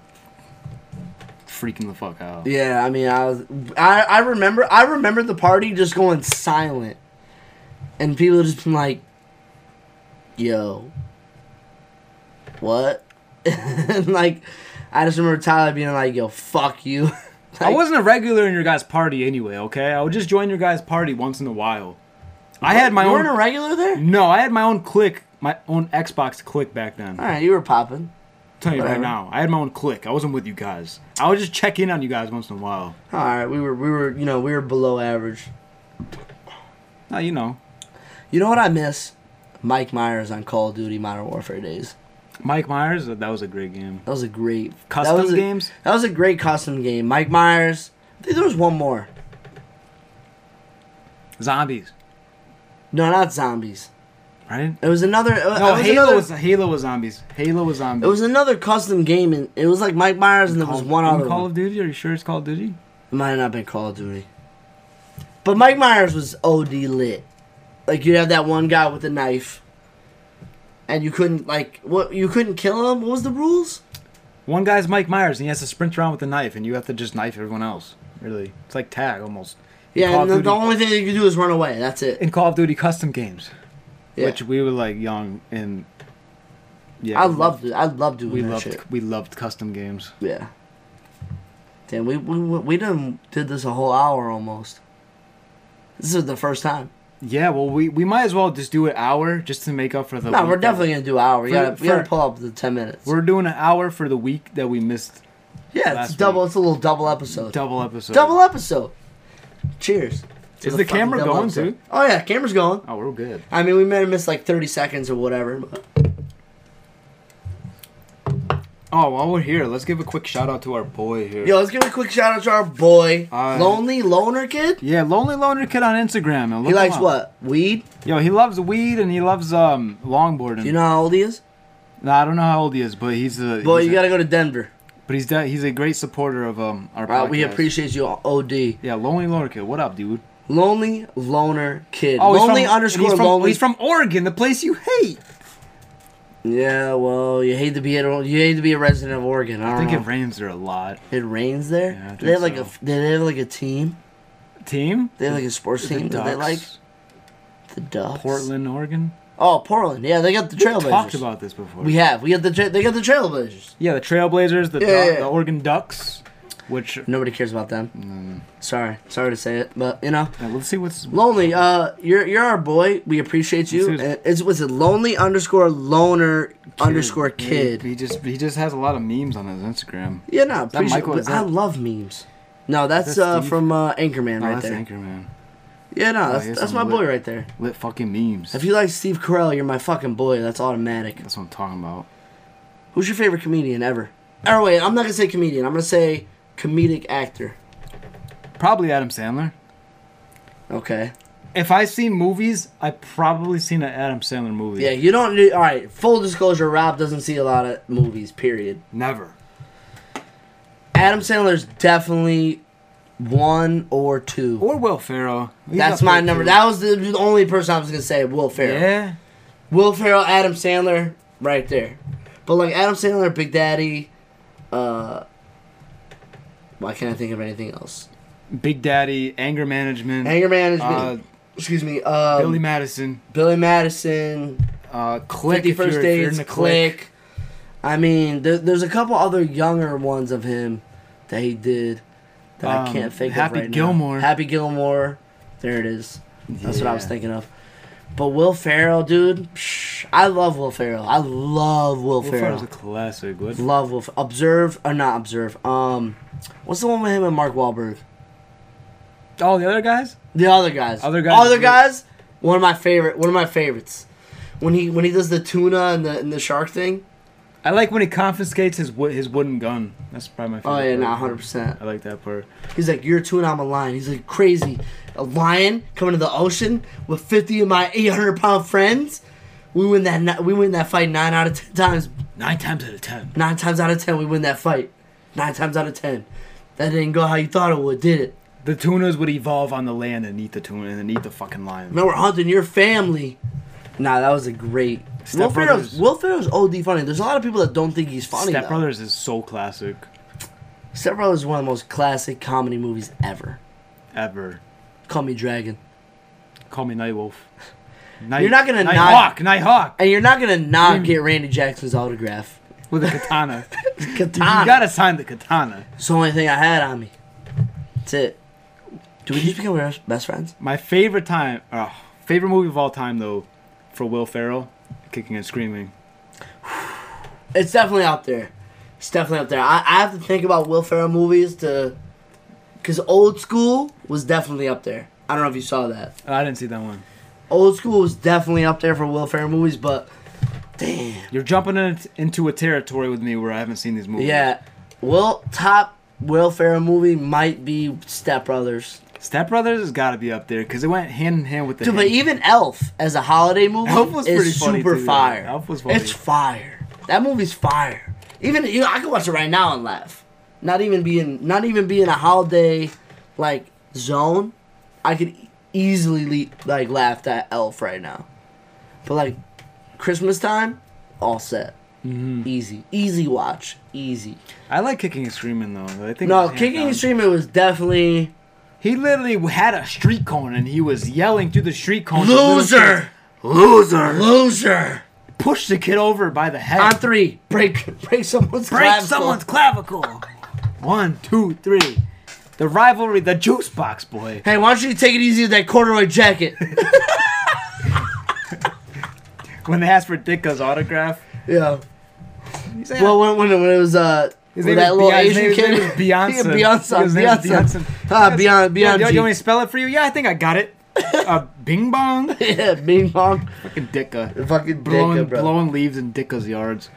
[SPEAKER 2] freaking the fuck out.
[SPEAKER 1] Yeah, I mean, I was. I I remember. I remember the party just going silent, and people just been like, "Yo, what?" and like, I just remember Tyler being like, "Yo, fuck you."
[SPEAKER 2] I
[SPEAKER 1] Like,
[SPEAKER 2] wasn't a regular in your guys' party anyway, okay? I would just join your guys' party once in a while. I had my
[SPEAKER 1] You
[SPEAKER 2] own
[SPEAKER 1] weren't a regular there.
[SPEAKER 2] No, I had my own click, my own Xbox click back then.
[SPEAKER 1] All
[SPEAKER 2] I'm
[SPEAKER 1] right, you were popping.
[SPEAKER 2] telling you right
[SPEAKER 1] whatever.
[SPEAKER 2] now, I had my own click. I wasn't with you guys. I would just check in on you guys once in a while.
[SPEAKER 1] All right, we were we were you know we were below average.
[SPEAKER 2] Now you know.
[SPEAKER 1] You know what I miss? Mike Myers on Call of Duty Modern Warfare days.
[SPEAKER 2] Mike Myers, that that was a great game.
[SPEAKER 1] That was a great that
[SPEAKER 2] Custom
[SPEAKER 1] was a-
[SPEAKER 2] games?
[SPEAKER 1] That was a great custom game. Mike Myers. I think there was one more.
[SPEAKER 2] Zombies,
[SPEAKER 1] No, not zombies.
[SPEAKER 2] right?
[SPEAKER 1] It was another. It
[SPEAKER 2] No,
[SPEAKER 1] was
[SPEAKER 2] Halo
[SPEAKER 1] another,
[SPEAKER 2] was Halo was zombies. Halo was zombies.
[SPEAKER 1] It was another custom game, and it was like Mike Myers, and there was
[SPEAKER 2] Call-
[SPEAKER 1] one
[SPEAKER 2] in
[SPEAKER 1] other.
[SPEAKER 2] Call
[SPEAKER 1] one.
[SPEAKER 2] of Duty. Are you sure it's Call of Duty?
[SPEAKER 1] It might have not been Call of Duty. But Mike Myers was OD lit. Like you'd have that one guy with a knife. And you couldn't like what you couldn't kill him? What was the rules?
[SPEAKER 2] One guy's Mike Myers, and he has to sprint around with a knife, and you have to just knife everyone else. Really, it's like tag almost. In
[SPEAKER 1] Yeah,
[SPEAKER 2] Call
[SPEAKER 1] and
[SPEAKER 2] of
[SPEAKER 1] the, the
[SPEAKER 2] Duty-
[SPEAKER 1] only thing you could do is run away. That's it.
[SPEAKER 2] in Call of Duty custom games,
[SPEAKER 1] Yeah.
[SPEAKER 2] which we were like young and yeah,
[SPEAKER 1] I
[SPEAKER 2] we
[SPEAKER 1] loved it. I loved doing
[SPEAKER 2] We
[SPEAKER 1] that
[SPEAKER 2] loved
[SPEAKER 1] shit.
[SPEAKER 2] we loved custom games.
[SPEAKER 1] Yeah. Damn, we we we done did this a whole hour almost. This is the first time.
[SPEAKER 2] Yeah, well, we, we might as well just do an hour just to make up for the.
[SPEAKER 1] No,
[SPEAKER 2] week
[SPEAKER 1] we're
[SPEAKER 2] that-
[SPEAKER 1] definitely gonna do an hour. We
[SPEAKER 2] For-
[SPEAKER 1] gotta we gotta
[SPEAKER 2] for-
[SPEAKER 1] pull up the ten minutes.
[SPEAKER 2] We're doing an hour for the week that we missed.
[SPEAKER 1] yeah,
[SPEAKER 2] last
[SPEAKER 1] it's double.
[SPEAKER 2] week.
[SPEAKER 1] It's a little double episode.
[SPEAKER 2] Double episode.
[SPEAKER 1] Double episode. Cheers. to
[SPEAKER 2] Is the
[SPEAKER 1] fucking
[SPEAKER 2] camera
[SPEAKER 1] double
[SPEAKER 2] going,
[SPEAKER 1] episode.
[SPEAKER 2] too?
[SPEAKER 1] Oh yeah, camera's going.
[SPEAKER 2] Oh, we're good.
[SPEAKER 1] I mean, we may have missed like thirty seconds or whatever. But
[SPEAKER 2] Oh, while we're here, let's give a quick shout out to our boy here.
[SPEAKER 1] yo, let's give a quick shout out to our boy,
[SPEAKER 2] Uh,
[SPEAKER 1] lonely loner kid.
[SPEAKER 2] Yeah, lonely loner kid on Instagram. and
[SPEAKER 1] He
[SPEAKER 2] look him
[SPEAKER 1] likes
[SPEAKER 2] up.
[SPEAKER 1] what weed.
[SPEAKER 2] Yo, he loves weed and he loves um longboarding.
[SPEAKER 1] Do you know how old he is?
[SPEAKER 2] Nah, I don't know how old he is, but he's a
[SPEAKER 1] Boy,
[SPEAKER 2] he's
[SPEAKER 1] you
[SPEAKER 2] a-
[SPEAKER 1] gotta go to Denver.
[SPEAKER 2] But he's de- he's a great supporter of um our
[SPEAKER 1] All right, we
[SPEAKER 2] podcast.
[SPEAKER 1] appreciate you, OD.
[SPEAKER 2] Yeah, lonely loner kid. What up, dude?
[SPEAKER 1] Lonely loner kid.
[SPEAKER 2] Oh, he's
[SPEAKER 1] lonely
[SPEAKER 2] from-
[SPEAKER 1] underscore
[SPEAKER 2] he's from,
[SPEAKER 1] lonely.
[SPEAKER 2] He's from Oregon, the place you hate.
[SPEAKER 1] yeah, well, you hate to be a, you hate to be a resident of Oregon. I
[SPEAKER 2] I
[SPEAKER 1] don't
[SPEAKER 2] think it
[SPEAKER 1] know.
[SPEAKER 2] rains there a lot.
[SPEAKER 1] It, rains there.
[SPEAKER 2] Yeah,
[SPEAKER 1] they
[SPEAKER 2] I
[SPEAKER 1] have
[SPEAKER 2] think
[SPEAKER 1] like a
[SPEAKER 2] so.
[SPEAKER 1] f- they have like a team.
[SPEAKER 2] Team?
[SPEAKER 1] They have like a sports team that they like.
[SPEAKER 2] Ducks,
[SPEAKER 1] The Ducks.
[SPEAKER 2] Portland, Oregon.
[SPEAKER 1] Oh, Portland. Yeah, they got the
[SPEAKER 2] We
[SPEAKER 1] Trailblazers.
[SPEAKER 2] talked about this before.
[SPEAKER 1] We have. We got the. Tra- they got the Trailblazers.
[SPEAKER 2] yeah, the Trailblazers, the,
[SPEAKER 1] Yeah,
[SPEAKER 2] Duck-
[SPEAKER 1] yeah, yeah.
[SPEAKER 2] the Oregon Ducks, which
[SPEAKER 1] Nobody cares about them. Sorry, sorry to say it, but you know,
[SPEAKER 2] Now, let's see what's
[SPEAKER 1] lonely. Uh, you're you're our boy. We appreciate you.
[SPEAKER 2] This is-
[SPEAKER 1] And It's was it lonely underscore loner underscore kid.
[SPEAKER 2] He, he just he just has a lot of memes on his Instagram.
[SPEAKER 1] Yeah, no,
[SPEAKER 2] that
[SPEAKER 1] appreciate.
[SPEAKER 2] Michael?
[SPEAKER 1] but
[SPEAKER 2] Is that-
[SPEAKER 1] I love memes. No, that's,
[SPEAKER 2] That's
[SPEAKER 1] uh
[SPEAKER 2] Steve.
[SPEAKER 1] from uh, Anchorman
[SPEAKER 2] No,
[SPEAKER 1] right
[SPEAKER 2] that's oh,
[SPEAKER 1] there.
[SPEAKER 2] Anchorman.
[SPEAKER 1] yeah, no, that's,
[SPEAKER 2] here's
[SPEAKER 1] that's my
[SPEAKER 2] some
[SPEAKER 1] boy
[SPEAKER 2] lit-
[SPEAKER 1] right there.
[SPEAKER 2] Lit fucking memes.
[SPEAKER 1] If you like Steve Carell, you're my fucking boy. That's automatic.
[SPEAKER 2] that's what I'm talking about.
[SPEAKER 1] Who's your favorite comedian ever? Or wait, I'm not gonna say comedian. I'm gonna say comedic actor.
[SPEAKER 2] Probably Adam Sandler.
[SPEAKER 1] Okay.
[SPEAKER 2] If I seen movies, I probably seen an Adam Sandler movie.
[SPEAKER 1] Yeah, you don't. All right. Full disclosure: Rob doesn't see a lot of movies. Period.
[SPEAKER 2] Never.
[SPEAKER 1] Adam Sandler's definitely one or two.
[SPEAKER 2] Or Will Ferrell. He's
[SPEAKER 1] That's
[SPEAKER 2] up
[SPEAKER 1] my
[SPEAKER 2] there,
[SPEAKER 1] number.
[SPEAKER 2] too.
[SPEAKER 1] That was the, the only person I was gonna say. Will Ferrell.
[SPEAKER 2] Yeah.
[SPEAKER 1] Will Ferrell, Adam Sandler, right there. But like Adam Sandler, Big Daddy. Uh, why can't I think of anything else?
[SPEAKER 2] Big Daddy, Anger Management,
[SPEAKER 1] Anger Management.
[SPEAKER 2] uh,
[SPEAKER 1] excuse me. Um,
[SPEAKER 2] Billy
[SPEAKER 1] Billy,
[SPEAKER 2] Madison,
[SPEAKER 1] Madison.
[SPEAKER 2] uh, Click.
[SPEAKER 1] Fifty
[SPEAKER 2] if
[SPEAKER 1] First
[SPEAKER 2] you're- if you're
[SPEAKER 1] Dates.
[SPEAKER 2] in the
[SPEAKER 1] Click. I mean, there, there's a couple other younger ones of him that he did that I
[SPEAKER 2] Um,
[SPEAKER 1] can't think
[SPEAKER 2] Happy
[SPEAKER 1] of right
[SPEAKER 2] Gilmore.
[SPEAKER 1] now. Happy Gilmore. There it is. That's what I was
[SPEAKER 2] Yeah.
[SPEAKER 1] thinking of. But Will Ferrell, dude, psh, I love Will Ferrell. I love Will,
[SPEAKER 2] Will
[SPEAKER 1] Ferrell.
[SPEAKER 2] Ferrell's a classic. What?
[SPEAKER 1] Love Wolf. Observe or not observe. Um, what's the one with him and Mark Wahlberg?
[SPEAKER 2] Oh, the other guys?
[SPEAKER 1] The other guys.
[SPEAKER 2] Other Guys
[SPEAKER 1] Other
[SPEAKER 2] is-
[SPEAKER 1] guys. One of my favorite. One of my favorites. When he when he does the tuna and the and the shark thing.
[SPEAKER 2] I like when he confiscates his wo- his wooden gun. That's probably my favorite.
[SPEAKER 1] Oh yeah,
[SPEAKER 2] part.
[SPEAKER 1] nah, hundred percent.
[SPEAKER 2] I like that part.
[SPEAKER 1] He's like, you're a tuna, I'm a lion. He's like, crazy. A lion coming to the ocean with fifty of my eight hundred pound friends. We win that. ni- We win that fight nine out of ten times.
[SPEAKER 2] Nine times out of ten.
[SPEAKER 1] Nine times out of ten, we win that fight. Nine times out of ten. That didn't go how you thought it would, did it?
[SPEAKER 2] The tunas would evolve on the land and eat the tuna and then eat the fucking lion.
[SPEAKER 1] Man, we're hunting your family. Nah, that was a great.
[SPEAKER 2] Step
[SPEAKER 1] Will Ferrell's,
[SPEAKER 2] Brothers.
[SPEAKER 1] Will Ferrell's OD funny. There's a lot of people that don't think he's funny.
[SPEAKER 2] Step
[SPEAKER 1] Step Brothers.
[SPEAKER 2] Brothers is so classic
[SPEAKER 1] Step Brothers is one of the most classic comedy movies ever.
[SPEAKER 2] ever.
[SPEAKER 1] Call Me Dragon.
[SPEAKER 2] Call me Nightwolf. Night,
[SPEAKER 1] You're not gonna not-
[SPEAKER 2] Nighthawk. Nighthawk
[SPEAKER 1] And you're not gonna not get Randy Jackson's autograph.
[SPEAKER 2] with a katana. You
[SPEAKER 1] Katana.
[SPEAKER 2] gotta sign the katana.
[SPEAKER 1] It's the only thing I had on me. That's it. Do we just become best friends?
[SPEAKER 2] My favorite time, uh, favorite movie of all time though, for Will Ferrell, Kicking and Screaming.
[SPEAKER 1] It's definitely up there. It's definitely up there. I, I have to think about Will Ferrell movies to, because Old School was definitely up there. I don't know if you saw that.
[SPEAKER 2] I Oh, didn't see that one.
[SPEAKER 1] Old school is definitely up there for Will Ferrell movies, but damn,
[SPEAKER 2] You're jumping in, into a territory with me where I haven't seen these movies.
[SPEAKER 1] yeah, Will top Will Ferrell movie might be Step Brothers.
[SPEAKER 2] Step Brothers has got to be up there because it went hand in hand with the.
[SPEAKER 1] Dude, but
[SPEAKER 2] hand.
[SPEAKER 1] even Elf as a holiday movie
[SPEAKER 2] Elf was pretty
[SPEAKER 1] is
[SPEAKER 2] funny
[SPEAKER 1] super
[SPEAKER 2] too, though.
[SPEAKER 1] fire.
[SPEAKER 2] Elf was funny.
[SPEAKER 1] It's fire. That movie's fire. Even you know, I could watch it right now and laugh. Not even being not even being a holiday like zone, I could easily le- like laugh at Elf right now. But like Christmas time, all set.
[SPEAKER 2] Mm-hmm.
[SPEAKER 1] Easy, easy watch, easy.
[SPEAKER 2] I like kicking and screaming though. I think
[SPEAKER 1] No,
[SPEAKER 2] it's hand
[SPEAKER 1] kicking
[SPEAKER 2] down.
[SPEAKER 1] and streaming was definitely
[SPEAKER 2] He literally had a street cone and he was yelling through the street cone. to little kids,
[SPEAKER 1] loser, loser, loser.
[SPEAKER 2] Push the kid over by the head.
[SPEAKER 1] On three, break, break someone's
[SPEAKER 2] Break
[SPEAKER 1] clavicle.
[SPEAKER 2] someone's clavicle. One, two, three. The rivalry, the juice box boy.
[SPEAKER 1] Hey, why don't you take it easy with that corduroy jacket?
[SPEAKER 2] When they asked for Ditka's autograph,
[SPEAKER 1] yeah.
[SPEAKER 2] he said,
[SPEAKER 1] Well, when, when, when it was uh, with
[SPEAKER 2] His name
[SPEAKER 1] that
[SPEAKER 2] is
[SPEAKER 1] little
[SPEAKER 2] Beyonce- his
[SPEAKER 1] Asian
[SPEAKER 2] name
[SPEAKER 1] kid,
[SPEAKER 2] is Beyonce. His name
[SPEAKER 1] Beyonce,
[SPEAKER 2] is
[SPEAKER 1] Beyonce,
[SPEAKER 2] Beyonce.
[SPEAKER 1] ah, Beyonce,
[SPEAKER 2] "Yo, yo, you want me
[SPEAKER 1] Beyonce,
[SPEAKER 2] to spell it for you? Yeah, I think I got it. uh, Bing Bong.
[SPEAKER 1] yeah, Bing Bong,
[SPEAKER 2] Fucking Ditka.
[SPEAKER 1] fucking
[SPEAKER 2] Blowing,
[SPEAKER 1] Dicka, bro.
[SPEAKER 2] blowing leaves in Ditka's yards.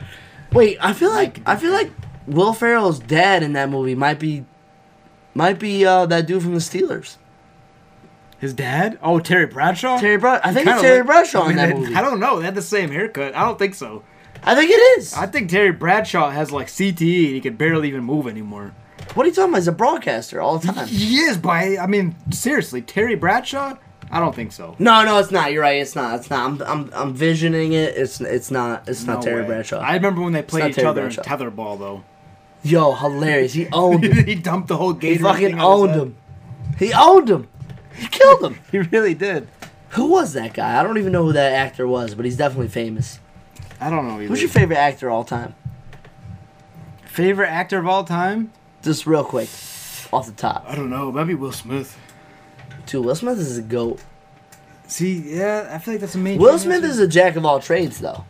[SPEAKER 1] Wait, I feel like I feel like Will Ferrell's dad in that movie might be, might be uh that dude from the Steelers,
[SPEAKER 2] His dad? Oh, Terry Bradshaw?
[SPEAKER 1] Terry Bradshaw. I think
[SPEAKER 2] Kinda
[SPEAKER 1] it's Terry
[SPEAKER 2] look-
[SPEAKER 1] Bradshaw
[SPEAKER 2] I mean,
[SPEAKER 1] in that
[SPEAKER 2] they-
[SPEAKER 1] movie.
[SPEAKER 2] I don't know. They had the same haircut. I don't think so.
[SPEAKER 1] I think it is.
[SPEAKER 2] I think Terry Bradshaw has like CTE and he can barely even move anymore.
[SPEAKER 1] What are you talking about? He's a broadcaster all the time.
[SPEAKER 2] He is, but I, I mean, seriously, Terry Bradshaw? I don't think so.
[SPEAKER 1] No, no, it's not. You're right. It's not. It's not. I'm, I'm, I'm visioning it. It's, it's not. It's not
[SPEAKER 2] No
[SPEAKER 1] Terry
[SPEAKER 2] way.
[SPEAKER 1] Bradshaw.
[SPEAKER 2] I remember when they
[SPEAKER 1] not
[SPEAKER 2] played each
[SPEAKER 1] Terry
[SPEAKER 2] other in
[SPEAKER 1] Bradshaw.
[SPEAKER 2] tetherball, though.
[SPEAKER 1] Yo, hilarious. He owned him.
[SPEAKER 2] he dumped the whole
[SPEAKER 1] He
[SPEAKER 2] game.
[SPEAKER 1] fucking owned him. He owned him. He killed him.
[SPEAKER 2] He really did.
[SPEAKER 1] who was that guy? I don't even know who that actor was, but he's definitely famous.
[SPEAKER 2] I don't know. Either.
[SPEAKER 1] Who's your favorite actor of all time?
[SPEAKER 2] favorite actor of all time?
[SPEAKER 1] Just real quick, off the top.
[SPEAKER 2] I don't know. Maybe Will Smith.
[SPEAKER 1] Dude, Will Smith is a goat.
[SPEAKER 2] See, yeah, I feel like that's a main.
[SPEAKER 1] Will Smith is a jack of all trades, though.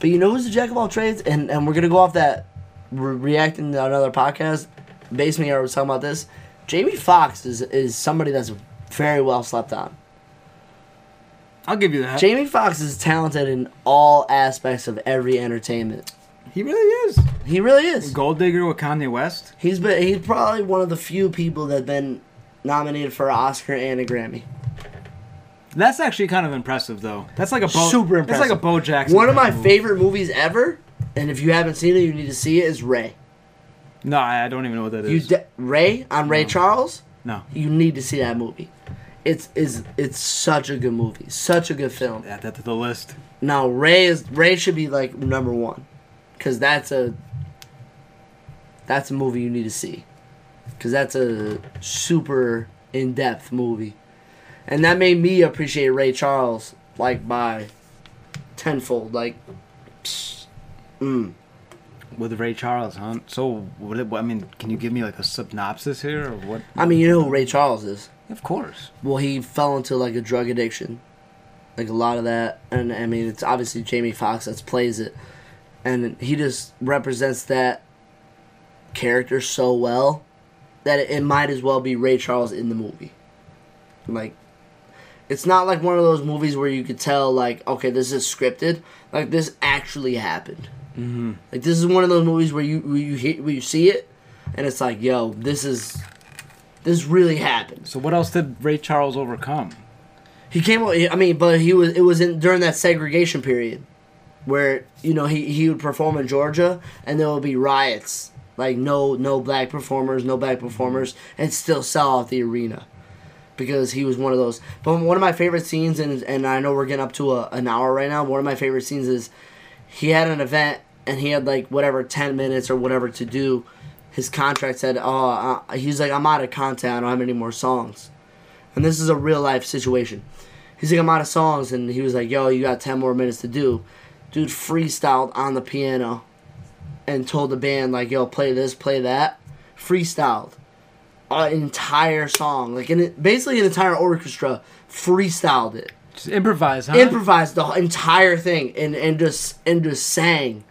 [SPEAKER 1] But you know who's a jack of all trades? And and we're gonna go off that re- reacting to another podcast. Basement Yard was talking about this. Jamie Foxx is is somebody that's very well slept on.
[SPEAKER 2] I'll give you that.
[SPEAKER 1] Jamie Foxx is talented in all aspects of every entertainment.
[SPEAKER 2] He really is.
[SPEAKER 1] He really is.
[SPEAKER 2] Gold digger with Kanye West.
[SPEAKER 1] He's been he's probably one of the few people that been nominated for an Oscar and a Grammy.
[SPEAKER 2] That's actually kind of impressive, though. That's like a Bo-
[SPEAKER 1] Super
[SPEAKER 2] That's like
[SPEAKER 1] impressive.
[SPEAKER 2] a Bo Jackson.
[SPEAKER 1] One of
[SPEAKER 2] kind
[SPEAKER 1] my
[SPEAKER 2] movie.
[SPEAKER 1] favorite movies ever, and if you haven't seen it, you need to see it. Is Ray?
[SPEAKER 2] No, I I don't even know what that
[SPEAKER 1] You
[SPEAKER 2] is.
[SPEAKER 1] de- Ray? I'm Ray Charles.
[SPEAKER 2] no,
[SPEAKER 1] You need to see that movie. It's is it's such a good movie, such a good film.
[SPEAKER 2] add that to the list.
[SPEAKER 1] Now Ray is Ray should be like number one, cause that's a that's a movie you need to see, cause that's a super in depth movie, and that made me appreciate Ray Charles like by tenfold. Like, psst, mm.
[SPEAKER 2] With Ray Charles, huh? So, what, what? I mean, can you give me like a synopsis here, or what?
[SPEAKER 1] I mean you know who Ray Charles is.
[SPEAKER 2] Of course.
[SPEAKER 1] Well, he fell into like a drug addiction, like a lot of that, and I mean it's obviously Jamie Foxx that plays it, and he just represents that character so well that it, it might as well be Ray Charles in the movie. Like, it's not like one of those movies where you could tell like, okay, this is scripted. Like this actually happened. Mm-hmm. Like this is one of those movies where you where you hit, where you see it, and it's like, yo, this is this really happened.
[SPEAKER 2] So, what else did Ray Charles overcome?
[SPEAKER 1] He came. out- I mean, but he was. It was in during that segregation period, where you know he he would perform in Georgia, and there would be riots. Like no no black performers, no black performers, and still sell out the arena, because he was one of those. But one of my favorite scenes, and and I know we're getting up to a, an hour right now. One of my favorite scenes is he had an event and he had like whatever 10 minutes or whatever to do his contract said oh uh, he's like i'm out of content i don't have any more songs and this is a real life situation he's like i'm out of songs and he was like yo you got 10 more minutes to do dude freestyled on the piano and told the band like yo play this play that freestyled an entire song like an, basically an entire orchestra freestyled it
[SPEAKER 2] Just improvise, huh?
[SPEAKER 1] improvised the entire thing and and just and just sang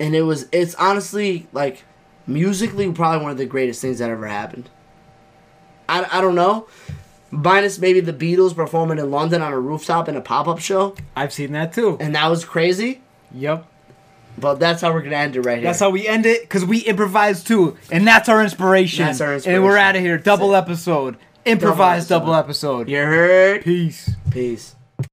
[SPEAKER 1] and it was it's honestly like musically probably one of the greatest things that ever happened i, I don't know minus maybe the Beatles performing in London on a rooftop in a pop up show,
[SPEAKER 2] I've seen that too.
[SPEAKER 1] and that was crazy.
[SPEAKER 2] Yep.
[SPEAKER 1] But that's how we're gonna end it right here.
[SPEAKER 2] That's how we end it because we improvise too, and that's our inspiration.
[SPEAKER 1] That's our
[SPEAKER 2] And we're
[SPEAKER 1] inspiration.
[SPEAKER 2] out of here. Double episode. Improvise
[SPEAKER 1] Double
[SPEAKER 2] double episode.
[SPEAKER 1] you heard.
[SPEAKER 2] Peace.
[SPEAKER 1] Peace.